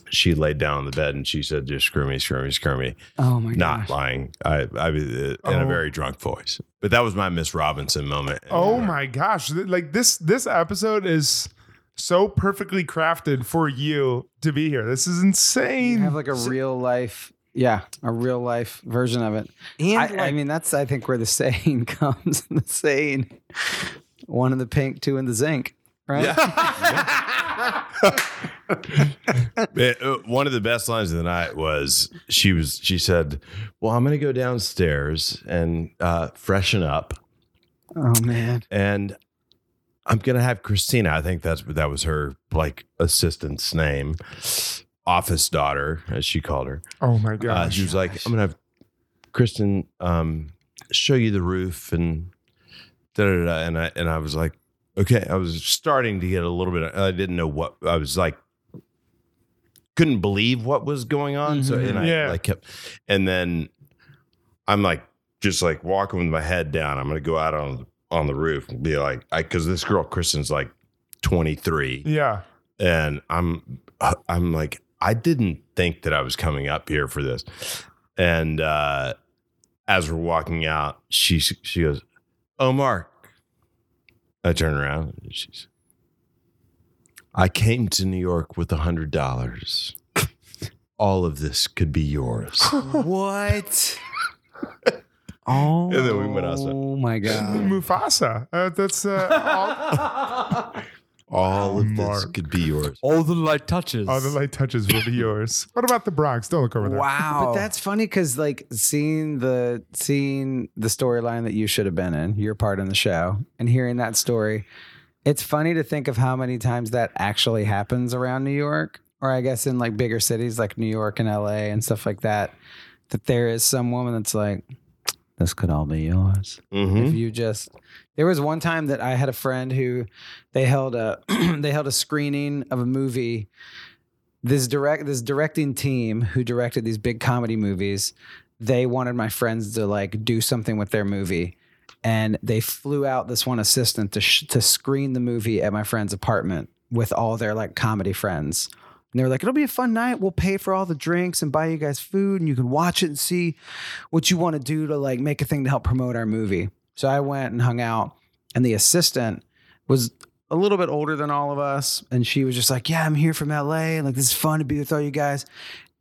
[SPEAKER 2] she laid down on the bed and she said, "Just screw me, screw me, screw me."
[SPEAKER 1] oh my
[SPEAKER 2] Not
[SPEAKER 1] god.
[SPEAKER 2] lying, I, I was, uh, in
[SPEAKER 3] Oh.
[SPEAKER 2] a very drunk voice. But that was my Miss Robinson moment.
[SPEAKER 3] Oh my gosh! Th- Like this, this episode is so perfectly crafted for you to be here. This is
[SPEAKER 1] You
[SPEAKER 3] insane.
[SPEAKER 1] have like a real life, yeah, a real life version of it.
[SPEAKER 6] and
[SPEAKER 1] I,
[SPEAKER 6] like,
[SPEAKER 1] I mean, that's I think where the saying comes. the saying, one in the pink, two in the zinc. right?
[SPEAKER 2] It- uh, one of the best lines of the night was she was she said, "Well, I'm going to go downstairs and uh, freshen up,
[SPEAKER 1] Oh man.
[SPEAKER 2] and I'm going to have Christina. I think that's that was her like assistant's name, office daughter as she called her.
[SPEAKER 3] Oh my
[SPEAKER 2] Uh,
[SPEAKER 3] gosh.
[SPEAKER 2] she was like, "I'm going to have Kristen um, show you the roof and da da da." And I and I was like, "Okay." I was starting to get a little bit. I didn't know what I was like. Couldn't believe what was going on. So and I
[SPEAKER 3] Mm-hmm. Yeah.
[SPEAKER 2] like kept, and then I'm like just like walking with my head down. I'm going to go out on on the roof and be like, I because this girl Kristen's like 23
[SPEAKER 3] yeah.
[SPEAKER 2] and I'm uh, I'm like I didn't think that I was coming up here for this. And uh as we're walking out, she she goes, "Oh, Mark." I turn around and she's I came to New York with a hundred dollars. All of this could be yours.
[SPEAKER 6] what? Oh,
[SPEAKER 2] And then we went outside.
[SPEAKER 1] Oh my god.
[SPEAKER 3] Mufasa. Uh, that's uh,
[SPEAKER 2] All of this
[SPEAKER 3] Mark.
[SPEAKER 2] could be yours.
[SPEAKER 6] all the light touches.
[SPEAKER 3] all, all Oh, the light touches will be yours. What about the Bronx? Don't look over there.
[SPEAKER 6] Wow,
[SPEAKER 1] But that's funny because like seeing the seeing the storyline that you should have been in, your part in the show, and hearing that story, it's funny to think of how many times that actually happens around New York, or I guess in like bigger cities like New York and LA and stuff like that. That there is some woman that's like, this could all be yours.
[SPEAKER 2] Mhm.
[SPEAKER 1] if you just there was one time that i had a friend who they held a they held a screening of a movie this direct this directing team who directed these big comedy movies they wanted my friends to like do something with their movie and they flew out this one assistant to sh- to screen the movie at my friend's apartment with all their like comedy friends and they were like it'll be a fun night we'll pay for all the drinks and buy you guys food and you can watch it and see what you want to do to like make a thing to help promote our movie. So I went and hung out, and the assistant was a little bit older than all of us, and she was just like, "Yeah, I'm here from LA, and like this is fun to be with all you guys."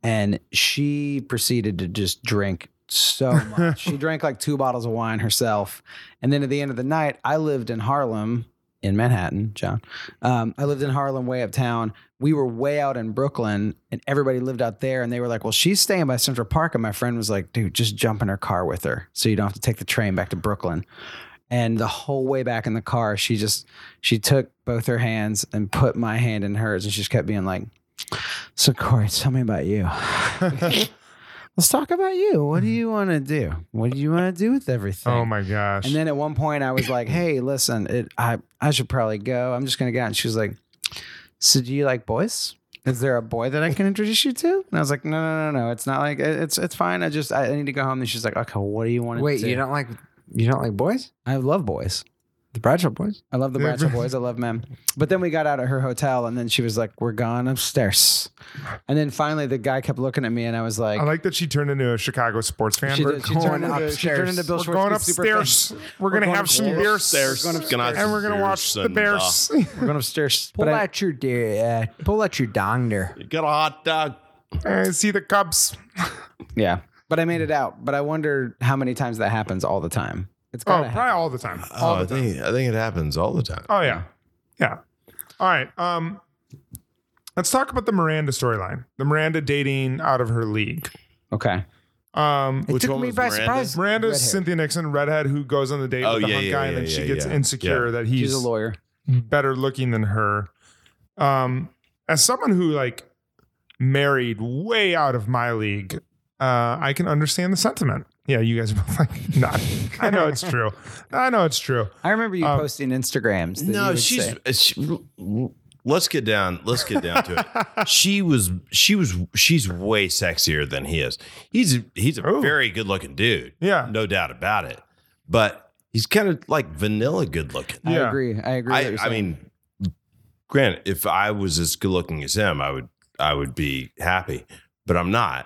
[SPEAKER 1] And she proceeded to just drink so much. she drank like two bottles of wine herself, and then at the end of the night, I lived in Harlem. In Manhattan, John. Um, I lived in Harlem, way uptown. We were way out in Brooklyn, and everybody lived out there. And they were like, "Well, she's staying by Central Park." And my friend was like, "Dude, just jump in her car with her, so you don't have to take the train back to Brooklyn." And the whole way back in the car, she just she took both her hands and put my hand in hers, and she just kept being like, "So Corey, tell me about you. Let's talk about you. What do you want to do? What do you want to do with everything?"
[SPEAKER 3] Oh my gosh.
[SPEAKER 1] And then at one point, I was like, "Hey, listen, it, I I should probably go. I'm just gonna get out." And she was like, "So do you like boys? Is there a boy that I can introduce you to?" And I was like, "No, no, no, no. It's not like it- it's it's fine. I just I I need to go home." And she's like, "Okay, what do you want to
[SPEAKER 6] wait,
[SPEAKER 1] do?"
[SPEAKER 6] you don't like you don't like boys?
[SPEAKER 1] I love boys.
[SPEAKER 6] The Bradshaw boys?
[SPEAKER 1] I love the Bradshaw boys. I love men. But then we got out at her hotel, and then she was like, "We're gone upstairs." And then finally, the guy kept looking at me, and I was like,
[SPEAKER 3] I like that she turned into a Chicago sports fan.
[SPEAKER 1] she,
[SPEAKER 3] We're
[SPEAKER 1] did- she
[SPEAKER 3] going
[SPEAKER 1] turned into, she turned into Bill
[SPEAKER 3] We're going
[SPEAKER 1] Schwarzkopf superfan.
[SPEAKER 3] upstairs. We're, gonna
[SPEAKER 1] going
[SPEAKER 3] have some beers,
[SPEAKER 2] upstairs.
[SPEAKER 3] and
[SPEAKER 2] We're going upstairs.
[SPEAKER 3] we're gonna watch the
[SPEAKER 2] And,
[SPEAKER 3] Bears.
[SPEAKER 1] We're going upstairs.
[SPEAKER 6] Pull
[SPEAKER 1] But I-
[SPEAKER 6] out your dear, uh, pull out your dong there.
[SPEAKER 2] You got a hot dog.
[SPEAKER 3] Uh, see the Cubs.
[SPEAKER 1] Yeah. But I made it out. But I wonder how many times that happens all the time. It's
[SPEAKER 3] Oh,
[SPEAKER 1] gotta happen.
[SPEAKER 3] probably all the time. All
[SPEAKER 2] Oh, I
[SPEAKER 3] the time.
[SPEAKER 2] think I think it happens all the time.
[SPEAKER 3] Oh yeah, yeah. All right. Um, let's talk about the Miranda storyline. The Miranda dating out of her league.
[SPEAKER 1] Okay.
[SPEAKER 3] Um,
[SPEAKER 6] It
[SPEAKER 2] Which
[SPEAKER 6] took
[SPEAKER 2] one
[SPEAKER 6] me
[SPEAKER 2] was
[SPEAKER 6] by
[SPEAKER 2] Miranda?
[SPEAKER 6] surprise.
[SPEAKER 3] Miranda's
[SPEAKER 1] Redhead.
[SPEAKER 3] Cynthia Nixon, redhead who goes on the date
[SPEAKER 2] Oh,
[SPEAKER 3] with the
[SPEAKER 2] yeah,
[SPEAKER 3] hunk
[SPEAKER 2] yeah,
[SPEAKER 3] guy, and
[SPEAKER 2] yeah,
[SPEAKER 3] then she
[SPEAKER 2] yeah,
[SPEAKER 3] gets
[SPEAKER 2] yeah.
[SPEAKER 3] insecure that he's
[SPEAKER 1] She's a lawyer.
[SPEAKER 3] better looking than her. Um, as someone who like married way out of my league, uh, I can understand the sentiment. Yeah, you guys are both like, not. I know it's true. I know it's true.
[SPEAKER 1] I remember you
[SPEAKER 3] Um,
[SPEAKER 1] posting Instagrams. That you
[SPEAKER 2] No,
[SPEAKER 1] would
[SPEAKER 2] she's.
[SPEAKER 1] say.
[SPEAKER 2] uh, She, let's get down. Let's get down to it. She was. She was. She's way sexier than he is. He's. a- He's a
[SPEAKER 3] Ooh.
[SPEAKER 2] very good looking dude.
[SPEAKER 3] Yeah.
[SPEAKER 2] no doubt about it. But he's kind of like vanilla good looking.
[SPEAKER 1] I
[SPEAKER 3] Yeah.
[SPEAKER 1] agree. I agree. with what
[SPEAKER 2] I.
[SPEAKER 1] you're
[SPEAKER 2] I
[SPEAKER 1] saying.
[SPEAKER 2] mean, granted, if I was as good looking as him, I would. I would be happy. But I'm not.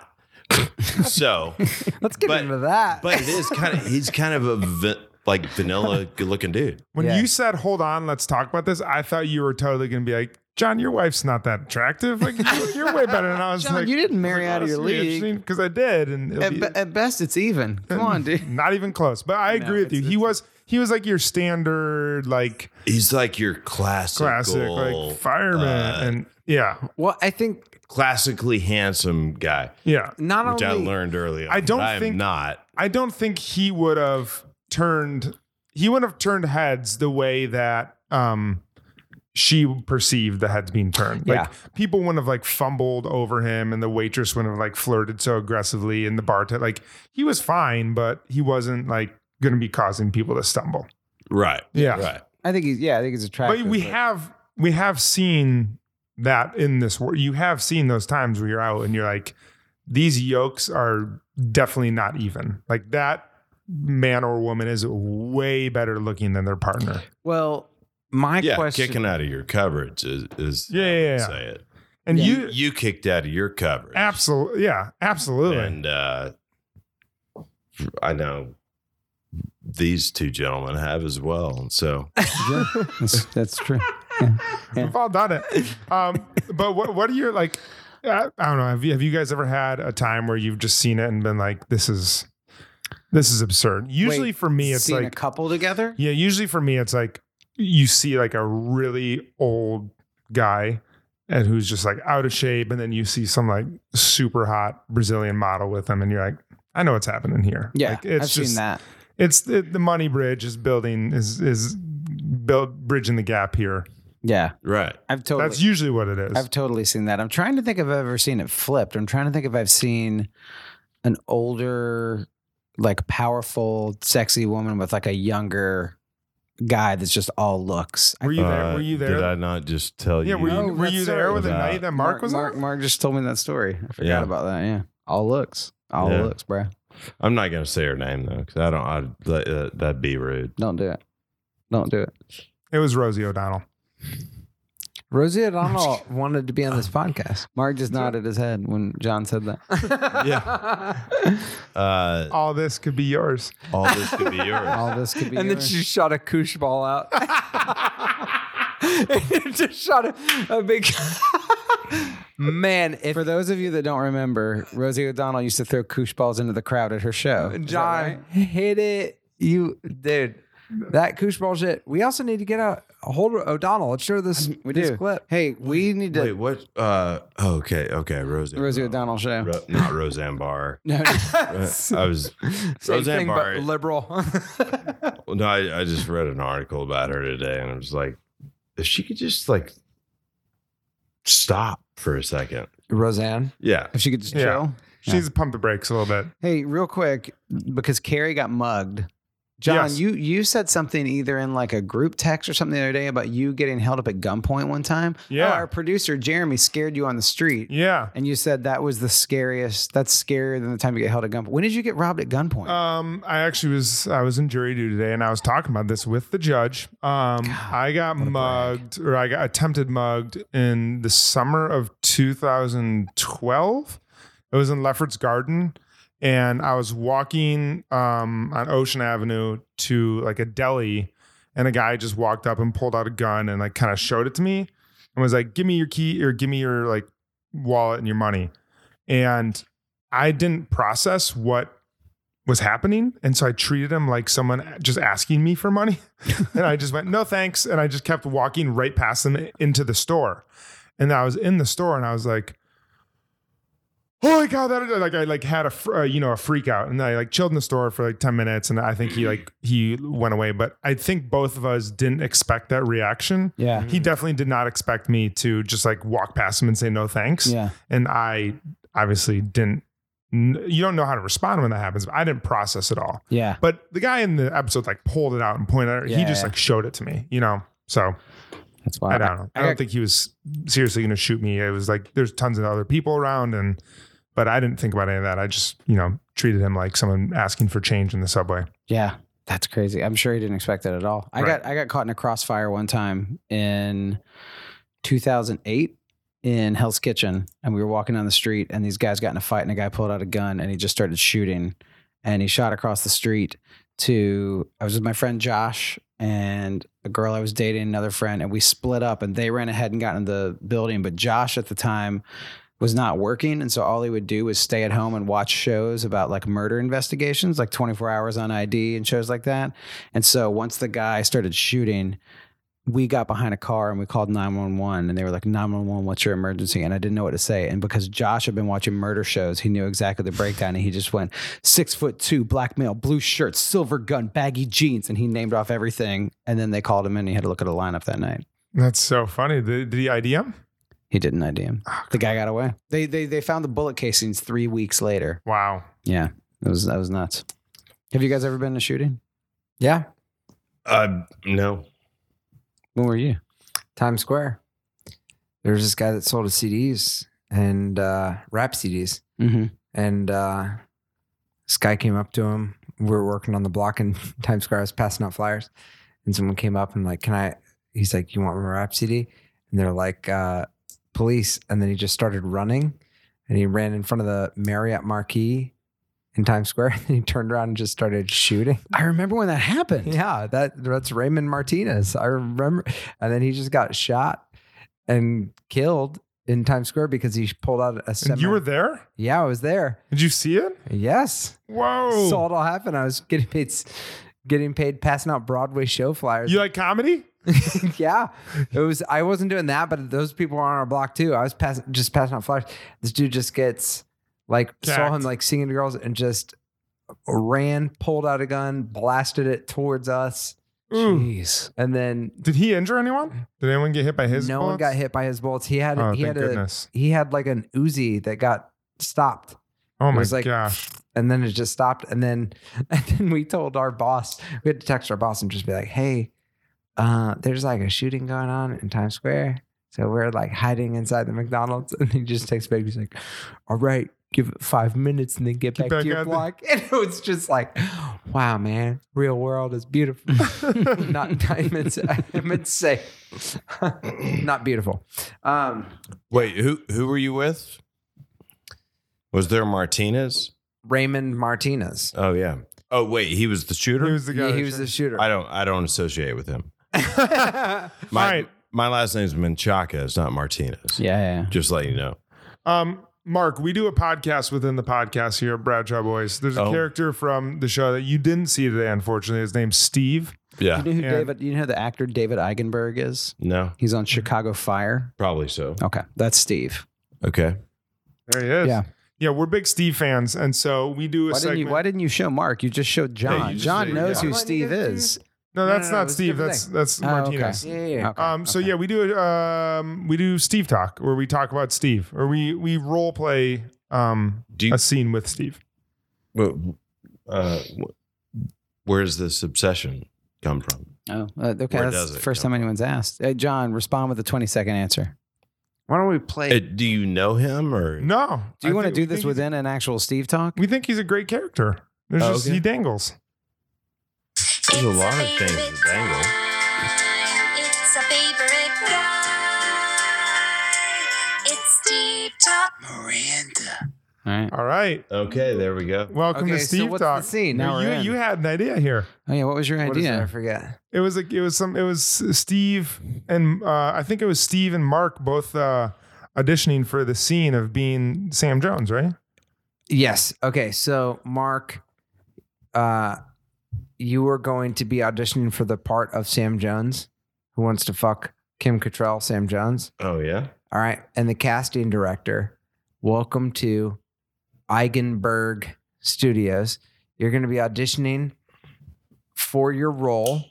[SPEAKER 2] so,
[SPEAKER 6] Let's get
[SPEAKER 2] But-
[SPEAKER 6] into that.
[SPEAKER 2] but it is kind of. He's kind of a va- like vanilla good looking dude.
[SPEAKER 3] When
[SPEAKER 6] Yeah.
[SPEAKER 3] you said, "Hold on, let's talk about this," I thought you were totally going to be like, "John, your wife's not that attractive. Like you- you're way better." than I was
[SPEAKER 1] John,
[SPEAKER 3] like,
[SPEAKER 1] you didn't marry out of your league.
[SPEAKER 3] because I did, and it'll
[SPEAKER 1] At,
[SPEAKER 3] be-
[SPEAKER 1] be- at best, it's even. Come on, dude.
[SPEAKER 3] not even close. But I agree with you.
[SPEAKER 1] it's-
[SPEAKER 3] He was he was like your standard like
[SPEAKER 2] He's like your classic,
[SPEAKER 3] classic like fireman, and yeah,
[SPEAKER 6] Well, I think
[SPEAKER 2] classically handsome guy,
[SPEAKER 3] yeah.
[SPEAKER 6] not
[SPEAKER 2] which I
[SPEAKER 6] only
[SPEAKER 2] learned early. On.
[SPEAKER 3] I don't
[SPEAKER 2] I'm
[SPEAKER 3] think-
[SPEAKER 2] not.
[SPEAKER 3] I don't think he would have turned he wouldn't have turned heads the way that um she perceived the heads being turned. Like
[SPEAKER 6] Yeah.
[SPEAKER 3] people wouldn't have like fumbled over him and the waitress wouldn't have like flirted so aggressively and the bartender like he was fine, but he wasn't like gonna be causing people to stumble.
[SPEAKER 2] Right.
[SPEAKER 3] Yeah.
[SPEAKER 2] Right.
[SPEAKER 1] I think he's yeah, I think he's
[SPEAKER 3] But
[SPEAKER 1] attractive.
[SPEAKER 3] we
[SPEAKER 1] but-
[SPEAKER 3] have we have seen that in this world. You have seen those times where you're out and you're like, these yolks are definitely not even. Like that man or woman is way better looking than their partner.
[SPEAKER 6] well, my
[SPEAKER 2] yeah.
[SPEAKER 6] question
[SPEAKER 2] Kicking out of your coverage is, is
[SPEAKER 3] Yeah,
[SPEAKER 2] I
[SPEAKER 3] yeah,
[SPEAKER 2] would
[SPEAKER 3] yeah.
[SPEAKER 2] Say it.
[SPEAKER 3] And
[SPEAKER 2] You
[SPEAKER 3] you,
[SPEAKER 2] you kicked out of your coverage.
[SPEAKER 3] absolutely, yeah, absolutely.
[SPEAKER 2] And uh, I know these two gentlemen have as well. And so
[SPEAKER 1] Yeah, that's, that's true. Yeah.
[SPEAKER 3] We've all done it. Um, but what what are your like? I, I don't know. Have you have you guys ever had a time where you've just seen it and been like, this is this is absurd? Usually
[SPEAKER 1] Wait,
[SPEAKER 3] for me, it's
[SPEAKER 1] Seen
[SPEAKER 3] like
[SPEAKER 1] a couple together.
[SPEAKER 3] Yeah, usually for me, it's like you see like a really old guy and who's just like out of shape, and then you see some like super hot Brazilian model with him, and you're like, I know what's happening here.
[SPEAKER 1] Yeah,
[SPEAKER 3] like, it's
[SPEAKER 1] I've
[SPEAKER 3] just
[SPEAKER 1] seen that.
[SPEAKER 3] it's it, the money bridge is building is is build bridging the gap here.
[SPEAKER 1] Yeah,
[SPEAKER 2] right.
[SPEAKER 1] I've totally.
[SPEAKER 3] That's usually what it is.
[SPEAKER 1] I've totally seen that. I'm trying to think if I've ever seen it flipped. I'm trying to think if I've seen an older, like powerful, sexy woman with like a younger guy that's just all looks.
[SPEAKER 3] were you there?
[SPEAKER 2] Uh,
[SPEAKER 3] Were you
[SPEAKER 2] Did I
[SPEAKER 3] there?
[SPEAKER 2] not just tell
[SPEAKER 3] Yeah,
[SPEAKER 2] you?
[SPEAKER 3] were you,
[SPEAKER 1] No,
[SPEAKER 3] were
[SPEAKER 1] that's
[SPEAKER 3] you there
[SPEAKER 1] sorry.
[SPEAKER 3] with the
[SPEAKER 2] About-
[SPEAKER 3] night that Mark was
[SPEAKER 1] Mark,
[SPEAKER 3] on?
[SPEAKER 1] Mark just told me that story. I forgot
[SPEAKER 2] Yeah.
[SPEAKER 1] about that. Yeah, all looks, all
[SPEAKER 2] Yeah.
[SPEAKER 1] looks, bro.
[SPEAKER 2] I'm not gonna say her name though, because I don't. I'd, that- uh, that'd be rude.
[SPEAKER 1] Don't do it. Don't do it.
[SPEAKER 3] It was Rosie O'Donnell.
[SPEAKER 6] Rosie O'Donnell wanted to be on this podcast.
[SPEAKER 1] Mark just nodded his head when John said that.
[SPEAKER 2] Yeah. Uh,
[SPEAKER 3] All this could be yours.
[SPEAKER 2] all this could be yours.
[SPEAKER 1] All this could be.
[SPEAKER 6] and then
[SPEAKER 1] yours.
[SPEAKER 6] she shot a koosh ball out. just shot a, a big man. If
[SPEAKER 1] For those of you that don't remember, Rosie O'Donnell used to throw koosh balls into the crowd at her show. Is that
[SPEAKER 6] John
[SPEAKER 1] right?
[SPEAKER 6] hit it, you dude. That koosh ball shit. We also need to get a, a hold of O'Donnell. Let's show this,
[SPEAKER 1] We
[SPEAKER 6] this
[SPEAKER 1] do.
[SPEAKER 6] clip.
[SPEAKER 1] Hey, we need to
[SPEAKER 2] Wait, what? Uh, oh, okay, okay, Roseanne.
[SPEAKER 1] Rosie O'Donnell show.
[SPEAKER 2] Ro- not Roseanne Barr.
[SPEAKER 1] No,
[SPEAKER 2] Uh, I was
[SPEAKER 6] Same
[SPEAKER 2] Roseanne
[SPEAKER 6] thing,
[SPEAKER 2] Barr.
[SPEAKER 6] but liberal.
[SPEAKER 2] Well, no, I, I just read an article about her today, and I was like, if she could just like stop for a second.
[SPEAKER 6] Roseanne.
[SPEAKER 2] Yeah,
[SPEAKER 1] if she could just
[SPEAKER 3] Yeah.
[SPEAKER 1] chill.
[SPEAKER 3] She needs to pump the brakes a little bit.
[SPEAKER 1] Hey, real quick, because Carrie got mugged. John,
[SPEAKER 3] Yes.
[SPEAKER 1] you you said something either in like a group text or something the other day about you getting held up at gunpoint one time.
[SPEAKER 3] Yeah.
[SPEAKER 1] Oh, our producer Jeremy scared you on the street.
[SPEAKER 3] Yeah.
[SPEAKER 1] And you said that was the scariest. That's scarier than the time you get held at gunpoint. When did you get robbed at gunpoint?
[SPEAKER 3] Um, I actually was I was in jury duty today, and I was talking about this with the judge. Um, I got mugged, or I got attempted mugged in the summer of 2012. It was in Lefferts Garden, and I was walking um on Ocean Avenue to like a deli, and a guy just walked up and pulled out a gun and like kind of showed it to me, and was like, "Give me your key, or give me your like wallet and your money," and I didn't process what was happening. And so I treated him like someone just asking me for money. and I just went, no thanks. And I just kept walking right past them into the store. And I was in the store and I was like, holy cow, that like I like had a fr- uh, you know a freak out, and I like chilled in the store for like ten minutes, and I think he like he went away. But I think both of us didn't expect that reaction.
[SPEAKER 1] Yeah.
[SPEAKER 3] he definitely did not expect me to just like walk past him and say no thanks
[SPEAKER 1] yeah.
[SPEAKER 3] and I obviously didn't. n- You don't know how to respond when that happens. But I didn't process it all.
[SPEAKER 1] Yeah.
[SPEAKER 3] But the guy in the episode like pulled it out and pointed. At it. he
[SPEAKER 1] Yeah,
[SPEAKER 3] just
[SPEAKER 1] yeah.
[SPEAKER 3] like showed it to me. You know. So
[SPEAKER 1] That's why
[SPEAKER 3] I don't know. I,
[SPEAKER 1] I
[SPEAKER 3] don't
[SPEAKER 1] got-
[SPEAKER 3] think he was seriously going to shoot me. It was like there's tons of other people around, and but I didn't think about any of that. I just you know treated him like someone asking for change in the subway.
[SPEAKER 1] Yeah, that's crazy. I'm sure he didn't expect that at all. I
[SPEAKER 3] Right.
[SPEAKER 1] got I got caught in a crossfire one time in 2008 in Hell's Kitchen, and we were walking down the street, and these guys got in a fight, and a guy pulled out a gun, and he just started shooting, and he shot across the street to I was with my friend Josh and a girl I was dating, another friend, and we split up, and they ran ahead and got in the building, but Josh at the time
[SPEAKER 5] was not working, and so all he would do was stay at home and watch shows about like murder investigations, like 24 hours on ID and shows like that. And so once the guy started shooting, we got behind a car and we called 911 and they were like 911 what's your emergency and i didn't know what to say and because josh had been watching murder shows he knew exactly the breakdown and he just went six foot two black male blue shirt silver gun baggy jeans and he named off everything and then they called him in and he had to look at a lineup that night
[SPEAKER 3] That's so funny. Did, did he ID him?
[SPEAKER 5] he didn't id him the guy got away Oh, they, they they found the bullet casings three weeks later
[SPEAKER 3] Wow.
[SPEAKER 5] yeah that was that was nuts have you guys ever been in a shooting
[SPEAKER 1] Yeah.
[SPEAKER 2] Uh, no.
[SPEAKER 5] when were you
[SPEAKER 1] Times Square. There was this guy that sold us CDs and uh, rap CDs.
[SPEAKER 5] mm-hmm.
[SPEAKER 1] And uh, this guy came up to him. We were working on the block in Times Square. I was passing out flyers. And someone came up and like, can I? He's like, you want my rap CD? And they're like, uh, police. And then he just started running. And he ran in front of the Marriott Marquis in Times Square. And he turned around and just started shooting.
[SPEAKER 5] i remember when that happened
[SPEAKER 1] Yeah, that that's Raymond Martinez. I remember, and then he just got shot and killed in Times Square because he pulled out a.
[SPEAKER 3] And
[SPEAKER 1] Semi-
[SPEAKER 3] you were there?
[SPEAKER 1] Yeah, I was there.
[SPEAKER 3] Did you see it?
[SPEAKER 1] Yes,
[SPEAKER 3] Whoa.
[SPEAKER 1] saw it all happen. I was getting paid, s- getting paid, passing out Broadway show flyers.
[SPEAKER 3] you like comedy?
[SPEAKER 1] yeah, it was. I wasn't doing that, but those people were on our block too. I was passing, just passing out flyers. This dude just gets like saw him
[SPEAKER 3] Jacked.
[SPEAKER 1] like singing to girls and just ran, pulled out a gun, blasted it towards us,
[SPEAKER 3] Ooh.
[SPEAKER 5] jeez
[SPEAKER 1] and then
[SPEAKER 3] Did he injure anyone? Did anyone get hit by his
[SPEAKER 1] no one
[SPEAKER 3] bullets?
[SPEAKER 1] got hit by his bullets. He had
[SPEAKER 3] Oh,
[SPEAKER 1] he
[SPEAKER 3] thank
[SPEAKER 1] had a
[SPEAKER 3] goodness.
[SPEAKER 1] he had like an Uzi that got stopped.
[SPEAKER 3] Oh
[SPEAKER 1] it
[SPEAKER 3] my
[SPEAKER 1] was like,
[SPEAKER 3] gosh.
[SPEAKER 1] And then it just stopped. And then and then we told our boss, we had to text our boss and just be like, hey, uh, there's like a shooting going on in Times Square. So we're like hiding inside the McDonald's. And he just texts back. He's like, all right, give it five minutes and then get back,
[SPEAKER 3] back
[SPEAKER 1] to your
[SPEAKER 3] out there."
[SPEAKER 1] block. And it was just like, wow, man, real world is beautiful. not, I meant to, I meant to say, not beautiful. Um,
[SPEAKER 2] Wait, who who were you with? Was there Martinez?
[SPEAKER 1] Raymond Martinez.
[SPEAKER 2] Oh yeah. Oh wait, he was the shooter.
[SPEAKER 3] He was the guy.
[SPEAKER 1] Yeah,
[SPEAKER 3] that
[SPEAKER 1] he was
[SPEAKER 3] shot-
[SPEAKER 1] a shooter.
[SPEAKER 2] I don't. I don't associate with him.
[SPEAKER 3] All
[SPEAKER 2] My
[SPEAKER 3] right.
[SPEAKER 2] my last name's Menchaca. It's not Martinez.
[SPEAKER 5] yeah, yeah.
[SPEAKER 2] Just letting you know.
[SPEAKER 3] Um, Mark, we do a podcast within the podcast here at Bradshaw Boys. There's a
[SPEAKER 2] Oh.
[SPEAKER 3] character from the show that you didn't see today, unfortunately. His name's Steve.
[SPEAKER 2] Yeah.
[SPEAKER 5] you know who
[SPEAKER 3] Yeah.
[SPEAKER 5] david you know who the actor david Eigenberg is
[SPEAKER 2] No.
[SPEAKER 5] He's
[SPEAKER 3] Mm-hmm.
[SPEAKER 5] on Chicago Fire.
[SPEAKER 2] Probably so.
[SPEAKER 5] Okay, that's Steve.
[SPEAKER 2] Okay.
[SPEAKER 3] There he is.
[SPEAKER 5] Yeah.
[SPEAKER 3] Yeah, we're big Steve fans. And so we do a
[SPEAKER 5] Why
[SPEAKER 3] segment.
[SPEAKER 5] didn't you Why didn't you show Mark? You just showed John.
[SPEAKER 2] you just
[SPEAKER 5] John
[SPEAKER 2] did,
[SPEAKER 5] knows
[SPEAKER 2] yeah.
[SPEAKER 5] who
[SPEAKER 1] Why did you
[SPEAKER 5] Steve
[SPEAKER 1] do
[SPEAKER 5] is.
[SPEAKER 1] No,
[SPEAKER 3] no, that's
[SPEAKER 1] no, no, it
[SPEAKER 3] not
[SPEAKER 1] was a
[SPEAKER 3] Steve.
[SPEAKER 1] different
[SPEAKER 3] That's that's
[SPEAKER 5] Oh, okay.
[SPEAKER 3] Martinez.
[SPEAKER 1] Yeah, yeah, yeah.
[SPEAKER 5] Okay,
[SPEAKER 3] Um, so
[SPEAKER 5] okay.
[SPEAKER 3] yeah, we do um, we do Steve talk where we talk about Steve or we we role play um,
[SPEAKER 2] Do you,
[SPEAKER 3] a scene with Steve.
[SPEAKER 2] w- uh, w- where's this obsession come from?
[SPEAKER 5] Oh, uh,
[SPEAKER 2] Where
[SPEAKER 5] okay. that's
[SPEAKER 2] does
[SPEAKER 5] the
[SPEAKER 2] it
[SPEAKER 5] first
[SPEAKER 2] come
[SPEAKER 5] time anyone's asked. Hey, John, respond with a twenty second answer.
[SPEAKER 1] Why don't we play?
[SPEAKER 2] Uh, do you know him or
[SPEAKER 3] No,
[SPEAKER 5] Do you
[SPEAKER 3] I
[SPEAKER 5] want to
[SPEAKER 3] think-
[SPEAKER 5] do
[SPEAKER 3] we
[SPEAKER 5] this
[SPEAKER 3] think he's-
[SPEAKER 5] within an actual Steve talk?
[SPEAKER 3] We think he's a great character. There's
[SPEAKER 2] Oh,
[SPEAKER 3] just
[SPEAKER 2] okay.
[SPEAKER 3] he dangles.
[SPEAKER 2] There's a lot of things that dangle.
[SPEAKER 7] It's a favorite guy. It's Steve Top Miranda.
[SPEAKER 5] All right.
[SPEAKER 3] All right,
[SPEAKER 2] Okay, there we go.
[SPEAKER 3] welcome
[SPEAKER 1] okay,
[SPEAKER 3] to Steve
[SPEAKER 1] so what's
[SPEAKER 3] talk.
[SPEAKER 1] the scene?
[SPEAKER 5] Now we're
[SPEAKER 3] you
[SPEAKER 5] in.
[SPEAKER 3] you had an idea here.
[SPEAKER 5] Oh yeah. What was your
[SPEAKER 1] What is it? I
[SPEAKER 5] idea?
[SPEAKER 1] forget.
[SPEAKER 3] It was like it was some it was Steve and uh, I think it was Steve and Mark both uh, auditioning for the scene of being Sam Jones, right?
[SPEAKER 1] Yes. Okay. So, Mark, uh, you were going to be auditioning for the part of Sam Jones, who wants to fuck Kim Cattrall, Sam Jones.
[SPEAKER 2] Oh yeah.
[SPEAKER 1] All right. And the casting director, welcome to Eigenberg Studios. You're going to be auditioning for your role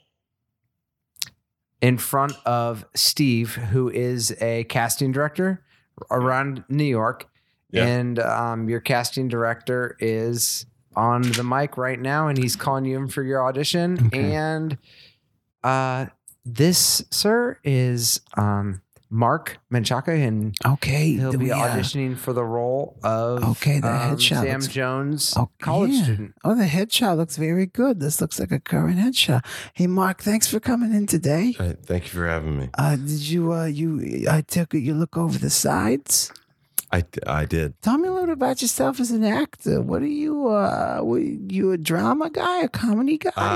[SPEAKER 1] in front of Steve, who is a casting director around New York.
[SPEAKER 2] Yeah.
[SPEAKER 1] And um, your casting director is on the mic right now and he's calling you in for your audition.
[SPEAKER 5] Okay.
[SPEAKER 1] And uh, this, sir, is. Um, Mark Menchaca, and
[SPEAKER 5] Okay.
[SPEAKER 1] he'll
[SPEAKER 5] then
[SPEAKER 1] be
[SPEAKER 5] we, uh,
[SPEAKER 1] auditioning for the role of um,
[SPEAKER 5] Okay, the headshot
[SPEAKER 1] Sam
[SPEAKER 5] looks-
[SPEAKER 1] Jones,
[SPEAKER 5] Oh,
[SPEAKER 1] college
[SPEAKER 5] yeah.
[SPEAKER 1] student.
[SPEAKER 5] Oh, the headshot looks very good. This looks like a current headshot. Hey, Mark, thanks for coming in today.
[SPEAKER 2] All right, thank you for having me.
[SPEAKER 5] Uh, did you? Uh, you? I took it. You look over the sides.
[SPEAKER 2] I I did.
[SPEAKER 5] Tell me a little about yourself as an actor. What are you? Uh, what, you a drama guy, a comedy guy?
[SPEAKER 2] I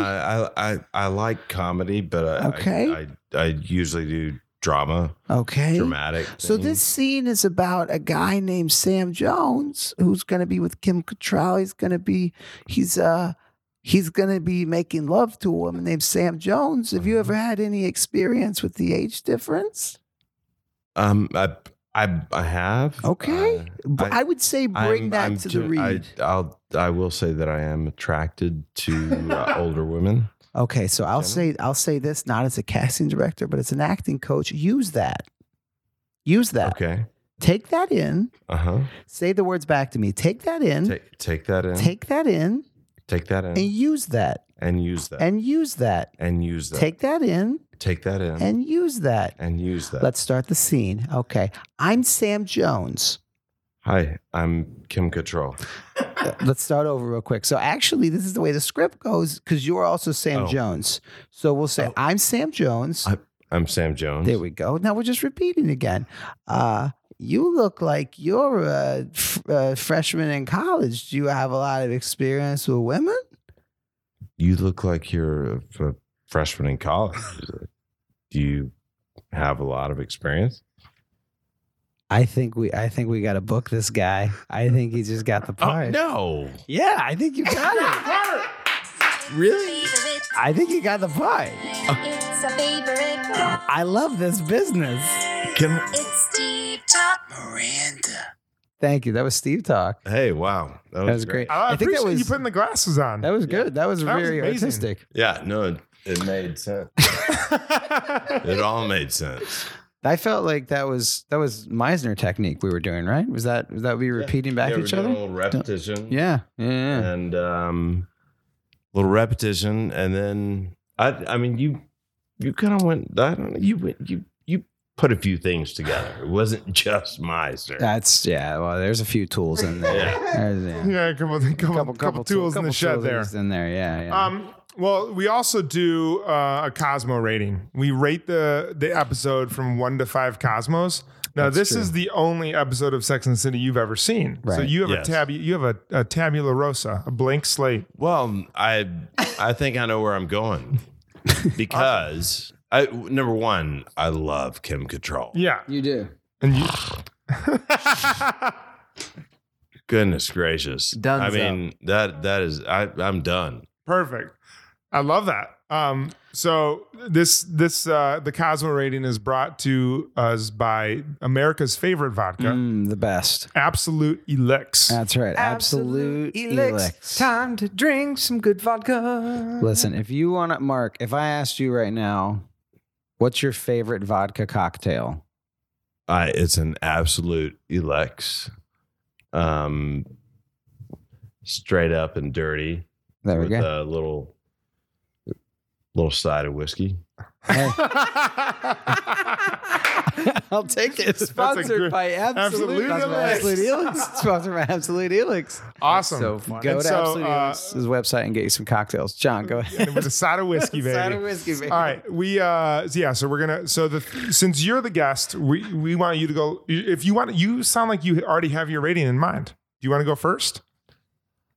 [SPEAKER 2] I I, I like comedy, but I,
[SPEAKER 5] Okay.
[SPEAKER 2] I, I I usually do drama,
[SPEAKER 5] Okay.
[SPEAKER 2] dramatic.
[SPEAKER 5] So
[SPEAKER 2] thing.
[SPEAKER 5] this scene is about a guy named Sam Jones who's going to be with Kim Cattrall. He's going to be he's uh he's going to be making love to a woman named Sam Jones. Have
[SPEAKER 1] Mm-hmm.
[SPEAKER 5] you ever had any experience with the age difference?
[SPEAKER 2] um, I I I have
[SPEAKER 5] Okay.
[SPEAKER 2] Uh,
[SPEAKER 5] But I, would say bring
[SPEAKER 2] I'm-
[SPEAKER 5] that
[SPEAKER 2] I'm
[SPEAKER 5] to
[SPEAKER 2] ju-
[SPEAKER 5] the read.
[SPEAKER 2] I, I'll I will say that I am attracted to uh, older women.
[SPEAKER 5] okay, so I'll
[SPEAKER 2] Jenna?
[SPEAKER 5] say I'll say this not as a casting director, but as an acting coach, use that. Use that.
[SPEAKER 2] Okay.
[SPEAKER 5] Take that in.
[SPEAKER 2] Uh huh.
[SPEAKER 5] Say the words back to me. Take that in. Take,
[SPEAKER 2] Take take that in.
[SPEAKER 5] that in
[SPEAKER 2] Take that in
[SPEAKER 5] and
[SPEAKER 2] and,
[SPEAKER 5] use that.
[SPEAKER 2] use that
[SPEAKER 5] And use that.
[SPEAKER 2] and use that.
[SPEAKER 5] Take that in
[SPEAKER 2] Take that in and,
[SPEAKER 5] and use that.
[SPEAKER 2] use that.
[SPEAKER 5] Let's start the scene. Okay. I'm Sam Jones.
[SPEAKER 2] Hi, I'm Kim Cattrall.
[SPEAKER 5] Uh, Let's start over real quick. So, actually, this is the way the script goes because you're also Sam
[SPEAKER 2] Oh.
[SPEAKER 5] Jones. So, we'll say,
[SPEAKER 2] Oh.
[SPEAKER 5] I'm Sam Jones.
[SPEAKER 2] I- I'm Sam Jones.
[SPEAKER 5] there we go. Now we're just repeating again. Uh, you look like you're a, f- a freshman in college. Do you have a lot of experience with women?
[SPEAKER 2] You look like you're a, a freshman in college. Do you have a lot of experience?
[SPEAKER 1] I think we I think we got to book this guy. I think he just got the part.
[SPEAKER 2] no.
[SPEAKER 1] Yeah, I think you got it.
[SPEAKER 8] Really?
[SPEAKER 1] I think you got the part.
[SPEAKER 8] It's a favorite.
[SPEAKER 1] I love this business.
[SPEAKER 8] It's Steve Top Miranda.
[SPEAKER 1] Thank you. That was Steve talk.
[SPEAKER 2] Hey, wow. That was,
[SPEAKER 1] That was great.
[SPEAKER 3] I,
[SPEAKER 1] I think that
[SPEAKER 3] appreciate you
[SPEAKER 1] was
[SPEAKER 3] putting the glasses on.
[SPEAKER 1] that was good. That was
[SPEAKER 3] That was
[SPEAKER 1] very
[SPEAKER 3] amazing.
[SPEAKER 1] artistic.
[SPEAKER 2] Yeah, no, it, it made sense. it all made sense.
[SPEAKER 1] I felt like that was that was Meisner technique we were doing, right? Was that was that we repeating back
[SPEAKER 2] Yeah,
[SPEAKER 1] to
[SPEAKER 2] we're
[SPEAKER 1] each
[SPEAKER 2] doing
[SPEAKER 1] other?
[SPEAKER 2] A little repetition.
[SPEAKER 1] Yeah. Yeah. yeah.
[SPEAKER 2] And um little repetition and then I I mean you you kind of went I don't know, you went you you put a few things together. It wasn't just Meister.
[SPEAKER 1] That's yeah. Well, there's a few tools in there.
[SPEAKER 2] Yeah.
[SPEAKER 1] There's, yeah.
[SPEAKER 3] yeah, a couple, couple, couple,
[SPEAKER 1] Couple, couple
[SPEAKER 3] tools in
[SPEAKER 1] couple
[SPEAKER 3] the shed
[SPEAKER 1] tools
[SPEAKER 3] there.
[SPEAKER 1] In there, yeah. yeah.
[SPEAKER 3] Um, well, we also do uh, a Cosmo rating. We rate the the episode from one to five Cosmos. Now, this is the only episode of Sex and the City you've ever seen. So
[SPEAKER 1] Right.
[SPEAKER 3] you have
[SPEAKER 2] Yes.
[SPEAKER 3] a tab. You have a, a tabula rosa, a blank slate.
[SPEAKER 2] Well, I I think I know where I'm going because I number one, I love Kim Cattrall.
[SPEAKER 3] Yeah,
[SPEAKER 1] you do.
[SPEAKER 3] and you.
[SPEAKER 2] Goodness gracious.
[SPEAKER 6] Dunzo.
[SPEAKER 2] I mean, that that is I I'm done.
[SPEAKER 3] Perfect. I love that. Um, so this this uh, the Cosmo rating is brought to us by America's favorite vodka,
[SPEAKER 1] Mm, the best.
[SPEAKER 3] Absolute Elix.
[SPEAKER 1] That's right. Absolute, elix.
[SPEAKER 6] Time to drink some good vodka.
[SPEAKER 1] Listen, if you want to, Mark, if I asked you right now, what's your favorite vodka cocktail?
[SPEAKER 2] I it's an absolute elex. Um straight up and dirty
[SPEAKER 1] There we
[SPEAKER 2] with
[SPEAKER 1] go.
[SPEAKER 2] a little little side of whiskey.
[SPEAKER 1] Hey. I'll take it.
[SPEAKER 3] That's a good-
[SPEAKER 1] Sponsored
[SPEAKER 3] Absolute
[SPEAKER 1] by
[SPEAKER 3] Elix.
[SPEAKER 1] Absolute Elix. Sponsored by Absolute Elix.
[SPEAKER 3] Awesome.
[SPEAKER 1] So go
[SPEAKER 3] And
[SPEAKER 1] to
[SPEAKER 3] so,
[SPEAKER 1] Absolute
[SPEAKER 3] uh,
[SPEAKER 1] Elix's website and get you some cocktails. John, go ahead.
[SPEAKER 3] It was a side of whiskey, baby.
[SPEAKER 1] Cider whiskey, baby.
[SPEAKER 3] All right, we uh, so yeah. So we're gonna. So the since you're the guest, we we want you to go. If you want, you sound like you already have your rating in mind. Do you want to go first?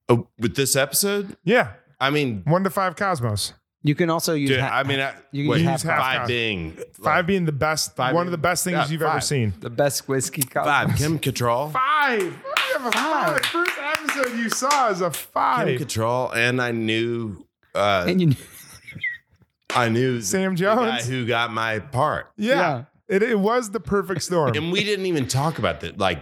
[SPEAKER 2] Oh, with this episode?
[SPEAKER 3] Yeah,
[SPEAKER 2] I mean,
[SPEAKER 3] one to five Cosmos.
[SPEAKER 1] You can also use.
[SPEAKER 2] dude,
[SPEAKER 1] ha-
[SPEAKER 2] I mean, I,
[SPEAKER 1] you can
[SPEAKER 2] wait, five,
[SPEAKER 3] use half cock.
[SPEAKER 2] being
[SPEAKER 3] Five being the best,
[SPEAKER 2] Five
[SPEAKER 3] one
[SPEAKER 2] being-
[SPEAKER 3] of the best things
[SPEAKER 2] yeah,
[SPEAKER 3] you've ever
[SPEAKER 2] five.
[SPEAKER 3] seen.
[SPEAKER 1] the best whiskey cocktail.
[SPEAKER 2] five. Kim Cattrall.
[SPEAKER 3] Five. You have a five. The first episode you saw is a
[SPEAKER 2] Kim
[SPEAKER 3] five.
[SPEAKER 2] Cattrall, and I knew. Uh,
[SPEAKER 1] And you,
[SPEAKER 2] I knew
[SPEAKER 3] Sam
[SPEAKER 2] the guy
[SPEAKER 3] Jones.
[SPEAKER 2] who got my part.
[SPEAKER 3] Yeah,
[SPEAKER 1] Yeah.
[SPEAKER 3] It, it was the perfect storm.
[SPEAKER 2] and we didn't even talk about that. Like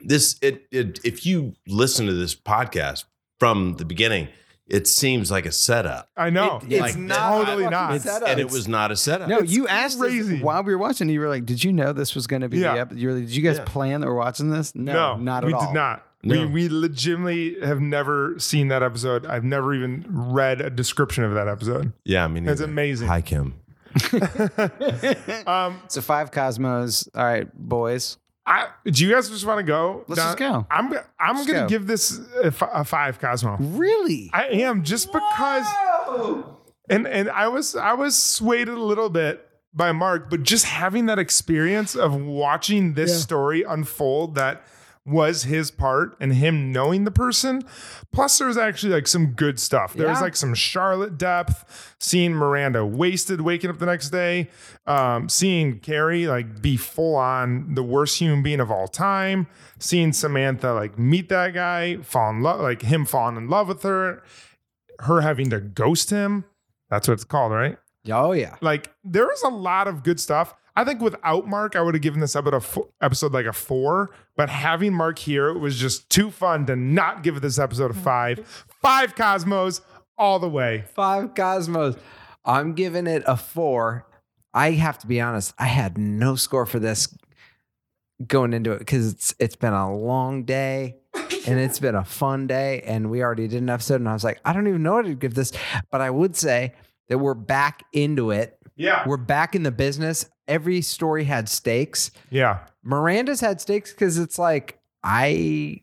[SPEAKER 2] this, it, it if you listen to this podcast from the beginning, it seems like a setup,
[SPEAKER 3] I know.
[SPEAKER 2] It- it's Like, not-
[SPEAKER 3] totally not.
[SPEAKER 2] and it was not a setup.
[SPEAKER 1] no, you asked us
[SPEAKER 3] crazy.
[SPEAKER 1] while we were watching. You were like, "Did you know this was going to be
[SPEAKER 3] Yeah.
[SPEAKER 1] the episode? Did you guys
[SPEAKER 2] Yeah.
[SPEAKER 1] plan that we're watching this? No, not at
[SPEAKER 3] we
[SPEAKER 1] all.
[SPEAKER 3] did not.
[SPEAKER 2] No.
[SPEAKER 3] We we legitimately have never seen that episode. I've never even read a description of that episode.
[SPEAKER 2] yeah, I mean,
[SPEAKER 3] That's amazing.
[SPEAKER 2] Hi, Kim.
[SPEAKER 3] Um,
[SPEAKER 1] So five cosmos. All right, boys.
[SPEAKER 3] I do you guys just want to go?
[SPEAKER 1] Let's just go.
[SPEAKER 3] I'm I'm
[SPEAKER 1] Let's
[SPEAKER 3] gonna
[SPEAKER 1] go.
[SPEAKER 3] give this a, f- a five, Cosmo.
[SPEAKER 1] Really?
[SPEAKER 3] I am just because, and and I was I was swayed a little bit by Mark, but just having that experience of watching this story unfold that was his part and him knowing the person. Plus, there was actually like some good stuff. There was
[SPEAKER 6] Yeah.
[SPEAKER 3] like some Charlotte depth, seeing Miranda wasted, waking up the next day, um, seeing Carrie like be full on the worst human being of all time, seeing Samantha like meet that guy, fall in love, like him falling in love with her, her having to ghost him. That's what it's called, right?
[SPEAKER 6] Oh yeah.
[SPEAKER 3] Like there is a lot of good stuff. I think without Mark, I would have given this episode, a fo- episode like a four. But having Mark here, it was just too fun to not give this episode a five. Five Cosmos all the way.
[SPEAKER 6] Five Cosmos. I'm giving it a four. I have to be honest. I had no score for this going into it because it's it's been a long day and it's been a fun day and we already did an episode and I was like, I don't even know what to give this, but I would say that we're back into it.
[SPEAKER 3] Yeah,
[SPEAKER 6] We're back in the business. Every story had stakes.
[SPEAKER 3] yeah,
[SPEAKER 6] Miranda's had stakes because it's like I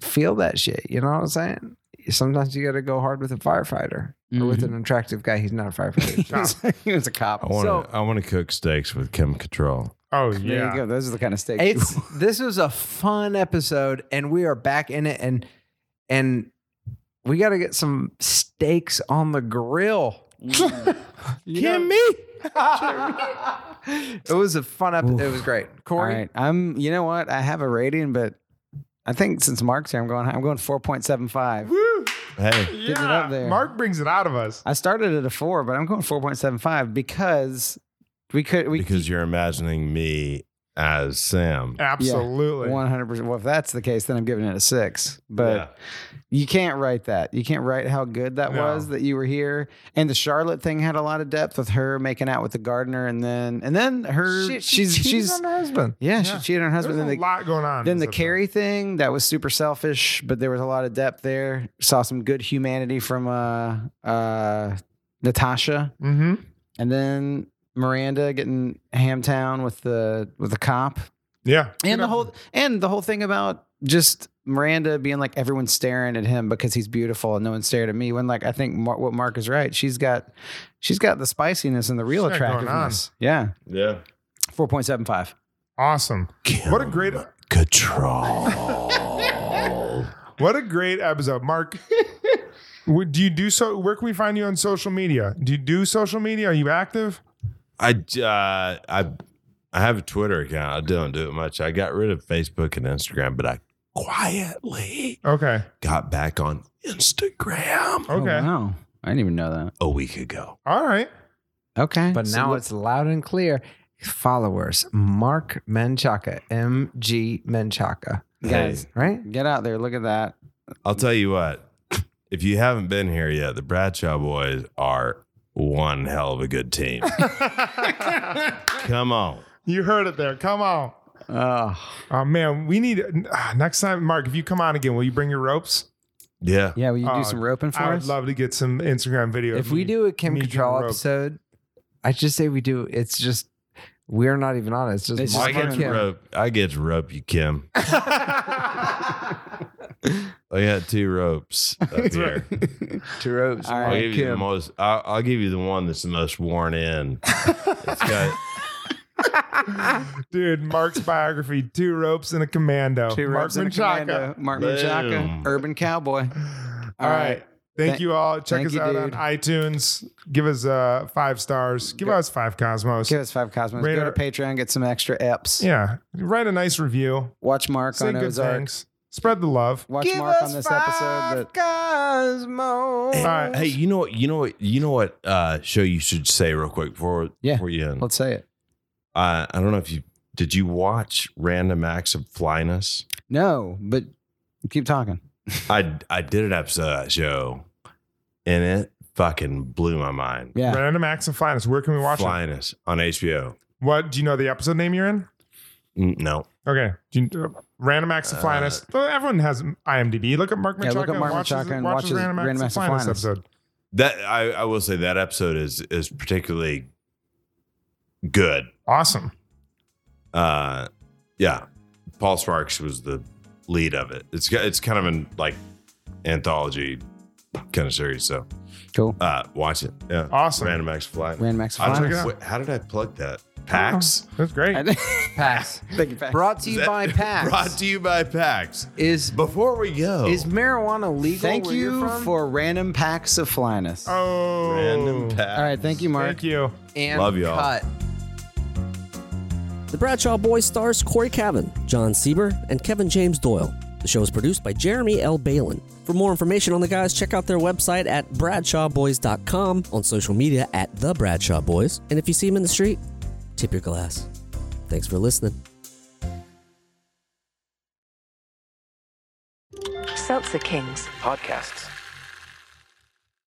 [SPEAKER 6] feel that shit. You know what I'm saying? Sometimes you got to go hard with a firefighter or with an attractive guy. He's not a firefighter.
[SPEAKER 3] Yeah.
[SPEAKER 6] he was a
[SPEAKER 2] I
[SPEAKER 6] cop.
[SPEAKER 2] want to.
[SPEAKER 6] So
[SPEAKER 2] I want to cook steaks with Kim Cattrall.
[SPEAKER 3] Oh
[SPEAKER 1] There you
[SPEAKER 3] yeah.
[SPEAKER 1] go. Those are the kind of stakes.
[SPEAKER 6] it's this was a fun episode, and we are back in it, and and we got to get some steaks on the grill.
[SPEAKER 1] Mm.
[SPEAKER 6] Kimmy, it was a fun episode. It was great.
[SPEAKER 1] All
[SPEAKER 6] Corey,
[SPEAKER 1] right. I'm. You know what? I have a rating, but I think since Mark's here, I'm going. I'm going four point seven five.
[SPEAKER 3] Woo!
[SPEAKER 2] Hey,
[SPEAKER 1] it up
[SPEAKER 3] Yeah,
[SPEAKER 1] there.
[SPEAKER 3] Mark brings it out of us.
[SPEAKER 1] I started at a four, but I'm going four point seven five because we could. We
[SPEAKER 2] because you're imagining me as Sam.
[SPEAKER 3] Uh, Absolutely.
[SPEAKER 1] one hundred percent. Well, if that's the case, then I'm giving it a six. But you can't write that. You can't write how good that
[SPEAKER 3] No.
[SPEAKER 1] was that you were here. And the Charlotte thing had a lot of depth with her making out with the gardener, and then and then her
[SPEAKER 6] Shit, she
[SPEAKER 1] she's
[SPEAKER 6] cheated
[SPEAKER 1] she's
[SPEAKER 6] on her husband.
[SPEAKER 1] yeah,
[SPEAKER 3] Yeah.
[SPEAKER 1] she cheated on her husband.
[SPEAKER 3] There's
[SPEAKER 1] Then
[SPEAKER 3] a
[SPEAKER 1] the,
[SPEAKER 3] lot going on.
[SPEAKER 1] then
[SPEAKER 3] in
[SPEAKER 1] the
[SPEAKER 3] this episode.
[SPEAKER 1] Carrie thing that was super selfish, but there was a lot of depth there. Saw some good humanity from uh uh Natasha,
[SPEAKER 3] Mhm.
[SPEAKER 1] and then Miranda getting Hamtown with the with the cop
[SPEAKER 3] Yeah.
[SPEAKER 1] and the whole and the whole thing about just Miranda being like everyone's staring at him because he's beautiful and no one stared at me when like I think Mar- what Mark is right she's got she's got the spiciness and the real
[SPEAKER 3] She's got it going on.
[SPEAKER 1] attractiveness yeah
[SPEAKER 2] Yeah.
[SPEAKER 1] four point seven five
[SPEAKER 3] Awesome. What a great
[SPEAKER 2] Cattrall.
[SPEAKER 3] what a great episode, Mark. would- do you do so? Where can we find you on social media? Do you do social media? Are you active?
[SPEAKER 2] I j- uh, I I have a Twitter account. I don't do it much. I got rid of Facebook and Instagram, but I quietly
[SPEAKER 3] Okay.
[SPEAKER 2] got back on Instagram
[SPEAKER 3] Okay.
[SPEAKER 1] Oh, wow I didn't even know that
[SPEAKER 2] a week ago.
[SPEAKER 3] All right.
[SPEAKER 1] okay
[SPEAKER 6] But
[SPEAKER 1] So
[SPEAKER 6] now
[SPEAKER 1] look-
[SPEAKER 6] it's loud and clear. Followers Mark Menchaca, M G Menchaca,
[SPEAKER 1] guys
[SPEAKER 6] right?
[SPEAKER 1] get out there look at that
[SPEAKER 2] I'll tell you what. If you haven't been here yet, the Bradshaw boys are one hell of a good team. Come on.
[SPEAKER 3] you heard it there. Come on.
[SPEAKER 1] oh
[SPEAKER 3] Oh man, we need ah, next time, Mark. If you come on again, will you bring your ropes?
[SPEAKER 2] Yeah.
[SPEAKER 1] yeah will you do
[SPEAKER 3] Oh,
[SPEAKER 1] some roping for
[SPEAKER 3] I would
[SPEAKER 1] us
[SPEAKER 3] love to get some Instagram video.
[SPEAKER 6] If
[SPEAKER 3] of
[SPEAKER 6] we
[SPEAKER 3] me.
[SPEAKER 6] do a Kim
[SPEAKER 3] me doing
[SPEAKER 6] Control
[SPEAKER 3] rope.
[SPEAKER 6] episode, I just say we do. It's just we're not even on it. It's just
[SPEAKER 1] It's
[SPEAKER 2] I
[SPEAKER 6] Mark
[SPEAKER 2] get
[SPEAKER 6] and
[SPEAKER 2] to
[SPEAKER 6] Kim.
[SPEAKER 2] rope. I get to rope you, Kim. I got two ropes up here.
[SPEAKER 6] Two ropes.
[SPEAKER 1] All
[SPEAKER 2] I'll
[SPEAKER 1] right,
[SPEAKER 2] give you the most. I'll, I'll give you the one that's the most worn in. It's got
[SPEAKER 3] dude, Mark's biography: two ropes and a commando.
[SPEAKER 1] two
[SPEAKER 3] Mark
[SPEAKER 1] ropes and a
[SPEAKER 3] Menchaca.
[SPEAKER 1] commando. Mark
[SPEAKER 2] Boom.
[SPEAKER 1] Menchaca urban cowboy
[SPEAKER 3] All right. Thank
[SPEAKER 1] Thank-
[SPEAKER 3] you all. Check
[SPEAKER 1] thank
[SPEAKER 3] us
[SPEAKER 1] you,
[SPEAKER 3] out
[SPEAKER 1] dude.
[SPEAKER 3] on iTunes. Give us uh, five stars. Give us five Cosmos.
[SPEAKER 1] give us five cosmos
[SPEAKER 3] Rate
[SPEAKER 1] go to
[SPEAKER 3] our-
[SPEAKER 1] Patreon get some extra eps
[SPEAKER 3] yeah. Write a nice review.
[SPEAKER 1] Watch Mark
[SPEAKER 3] Say
[SPEAKER 1] on
[SPEAKER 3] good
[SPEAKER 1] Ozark.
[SPEAKER 3] things. Spread the love.
[SPEAKER 1] Watch
[SPEAKER 6] Give
[SPEAKER 1] Mark
[SPEAKER 6] us
[SPEAKER 1] on this
[SPEAKER 6] five
[SPEAKER 1] episode. That,
[SPEAKER 6] Cosmos.
[SPEAKER 3] All right.
[SPEAKER 2] Hey, you know what? You know what? You know what? Uh, show you should say real quick before
[SPEAKER 1] Yeah.
[SPEAKER 2] before you end.
[SPEAKER 1] let's say it.
[SPEAKER 2] Uh, I don't know if you did. You watch Random Acts of Flyness?
[SPEAKER 1] No, but keep talking.
[SPEAKER 2] I I did an episode of that show, and it fucking blew my mind.
[SPEAKER 1] Yeah.
[SPEAKER 3] Random acts of finest. Where can we watch it?
[SPEAKER 2] Flyness on HBO.
[SPEAKER 3] What do you know the episode name you're in?
[SPEAKER 2] Mm, No,
[SPEAKER 3] Okay. Do you, uh, Random acts of
[SPEAKER 2] Uh,
[SPEAKER 3] finest. Well, everyone has IMDb. Look at Mark Machaca.
[SPEAKER 1] Yeah, look up Mark Menchaca and watch his Random Acts of
[SPEAKER 3] Finest
[SPEAKER 1] Finest.
[SPEAKER 3] episode.
[SPEAKER 2] that I, I will say that episode is is particularly good.
[SPEAKER 3] Awesome.
[SPEAKER 2] uh yeah paul sparks was the lead of it it's it's kind of an like anthology kind of series so
[SPEAKER 1] Cool.
[SPEAKER 2] uh watch it yeah
[SPEAKER 3] Awesome.
[SPEAKER 2] random acts fly
[SPEAKER 1] Random Acts
[SPEAKER 2] I
[SPEAKER 1] of Oh.
[SPEAKER 2] don't
[SPEAKER 3] Check it
[SPEAKER 2] know,
[SPEAKER 3] out.
[SPEAKER 1] Finest.
[SPEAKER 2] wh- how did i plug that PAX.
[SPEAKER 3] That's great.
[SPEAKER 6] PAX.
[SPEAKER 1] Thank you, Pat.
[SPEAKER 6] Brought to you by PAX.
[SPEAKER 2] Brought to you by PAX.
[SPEAKER 6] is
[SPEAKER 2] Before we go,
[SPEAKER 6] is marijuana legal?
[SPEAKER 1] Thank
[SPEAKER 6] where you're
[SPEAKER 1] you
[SPEAKER 6] from?
[SPEAKER 1] for random packs of flyness.
[SPEAKER 3] Oh,
[SPEAKER 2] random PAX.
[SPEAKER 1] All right, thank you, Mark.
[SPEAKER 3] Thank you.
[SPEAKER 6] and
[SPEAKER 2] Love y'all.
[SPEAKER 6] cut.
[SPEAKER 9] The Bradshaw Boys stars Corey Cavan, John Sieber, and Kevin James Doyle. The show is produced by Jeremy L. Balin. For more information on the guys, check out their website at bradshawboys.com, on social media at The Bradshaw Boys, and if you see them in the street, tip your glass. Thanks for listening.
[SPEAKER 8] Seltzer Kings.
[SPEAKER 10] podcasts.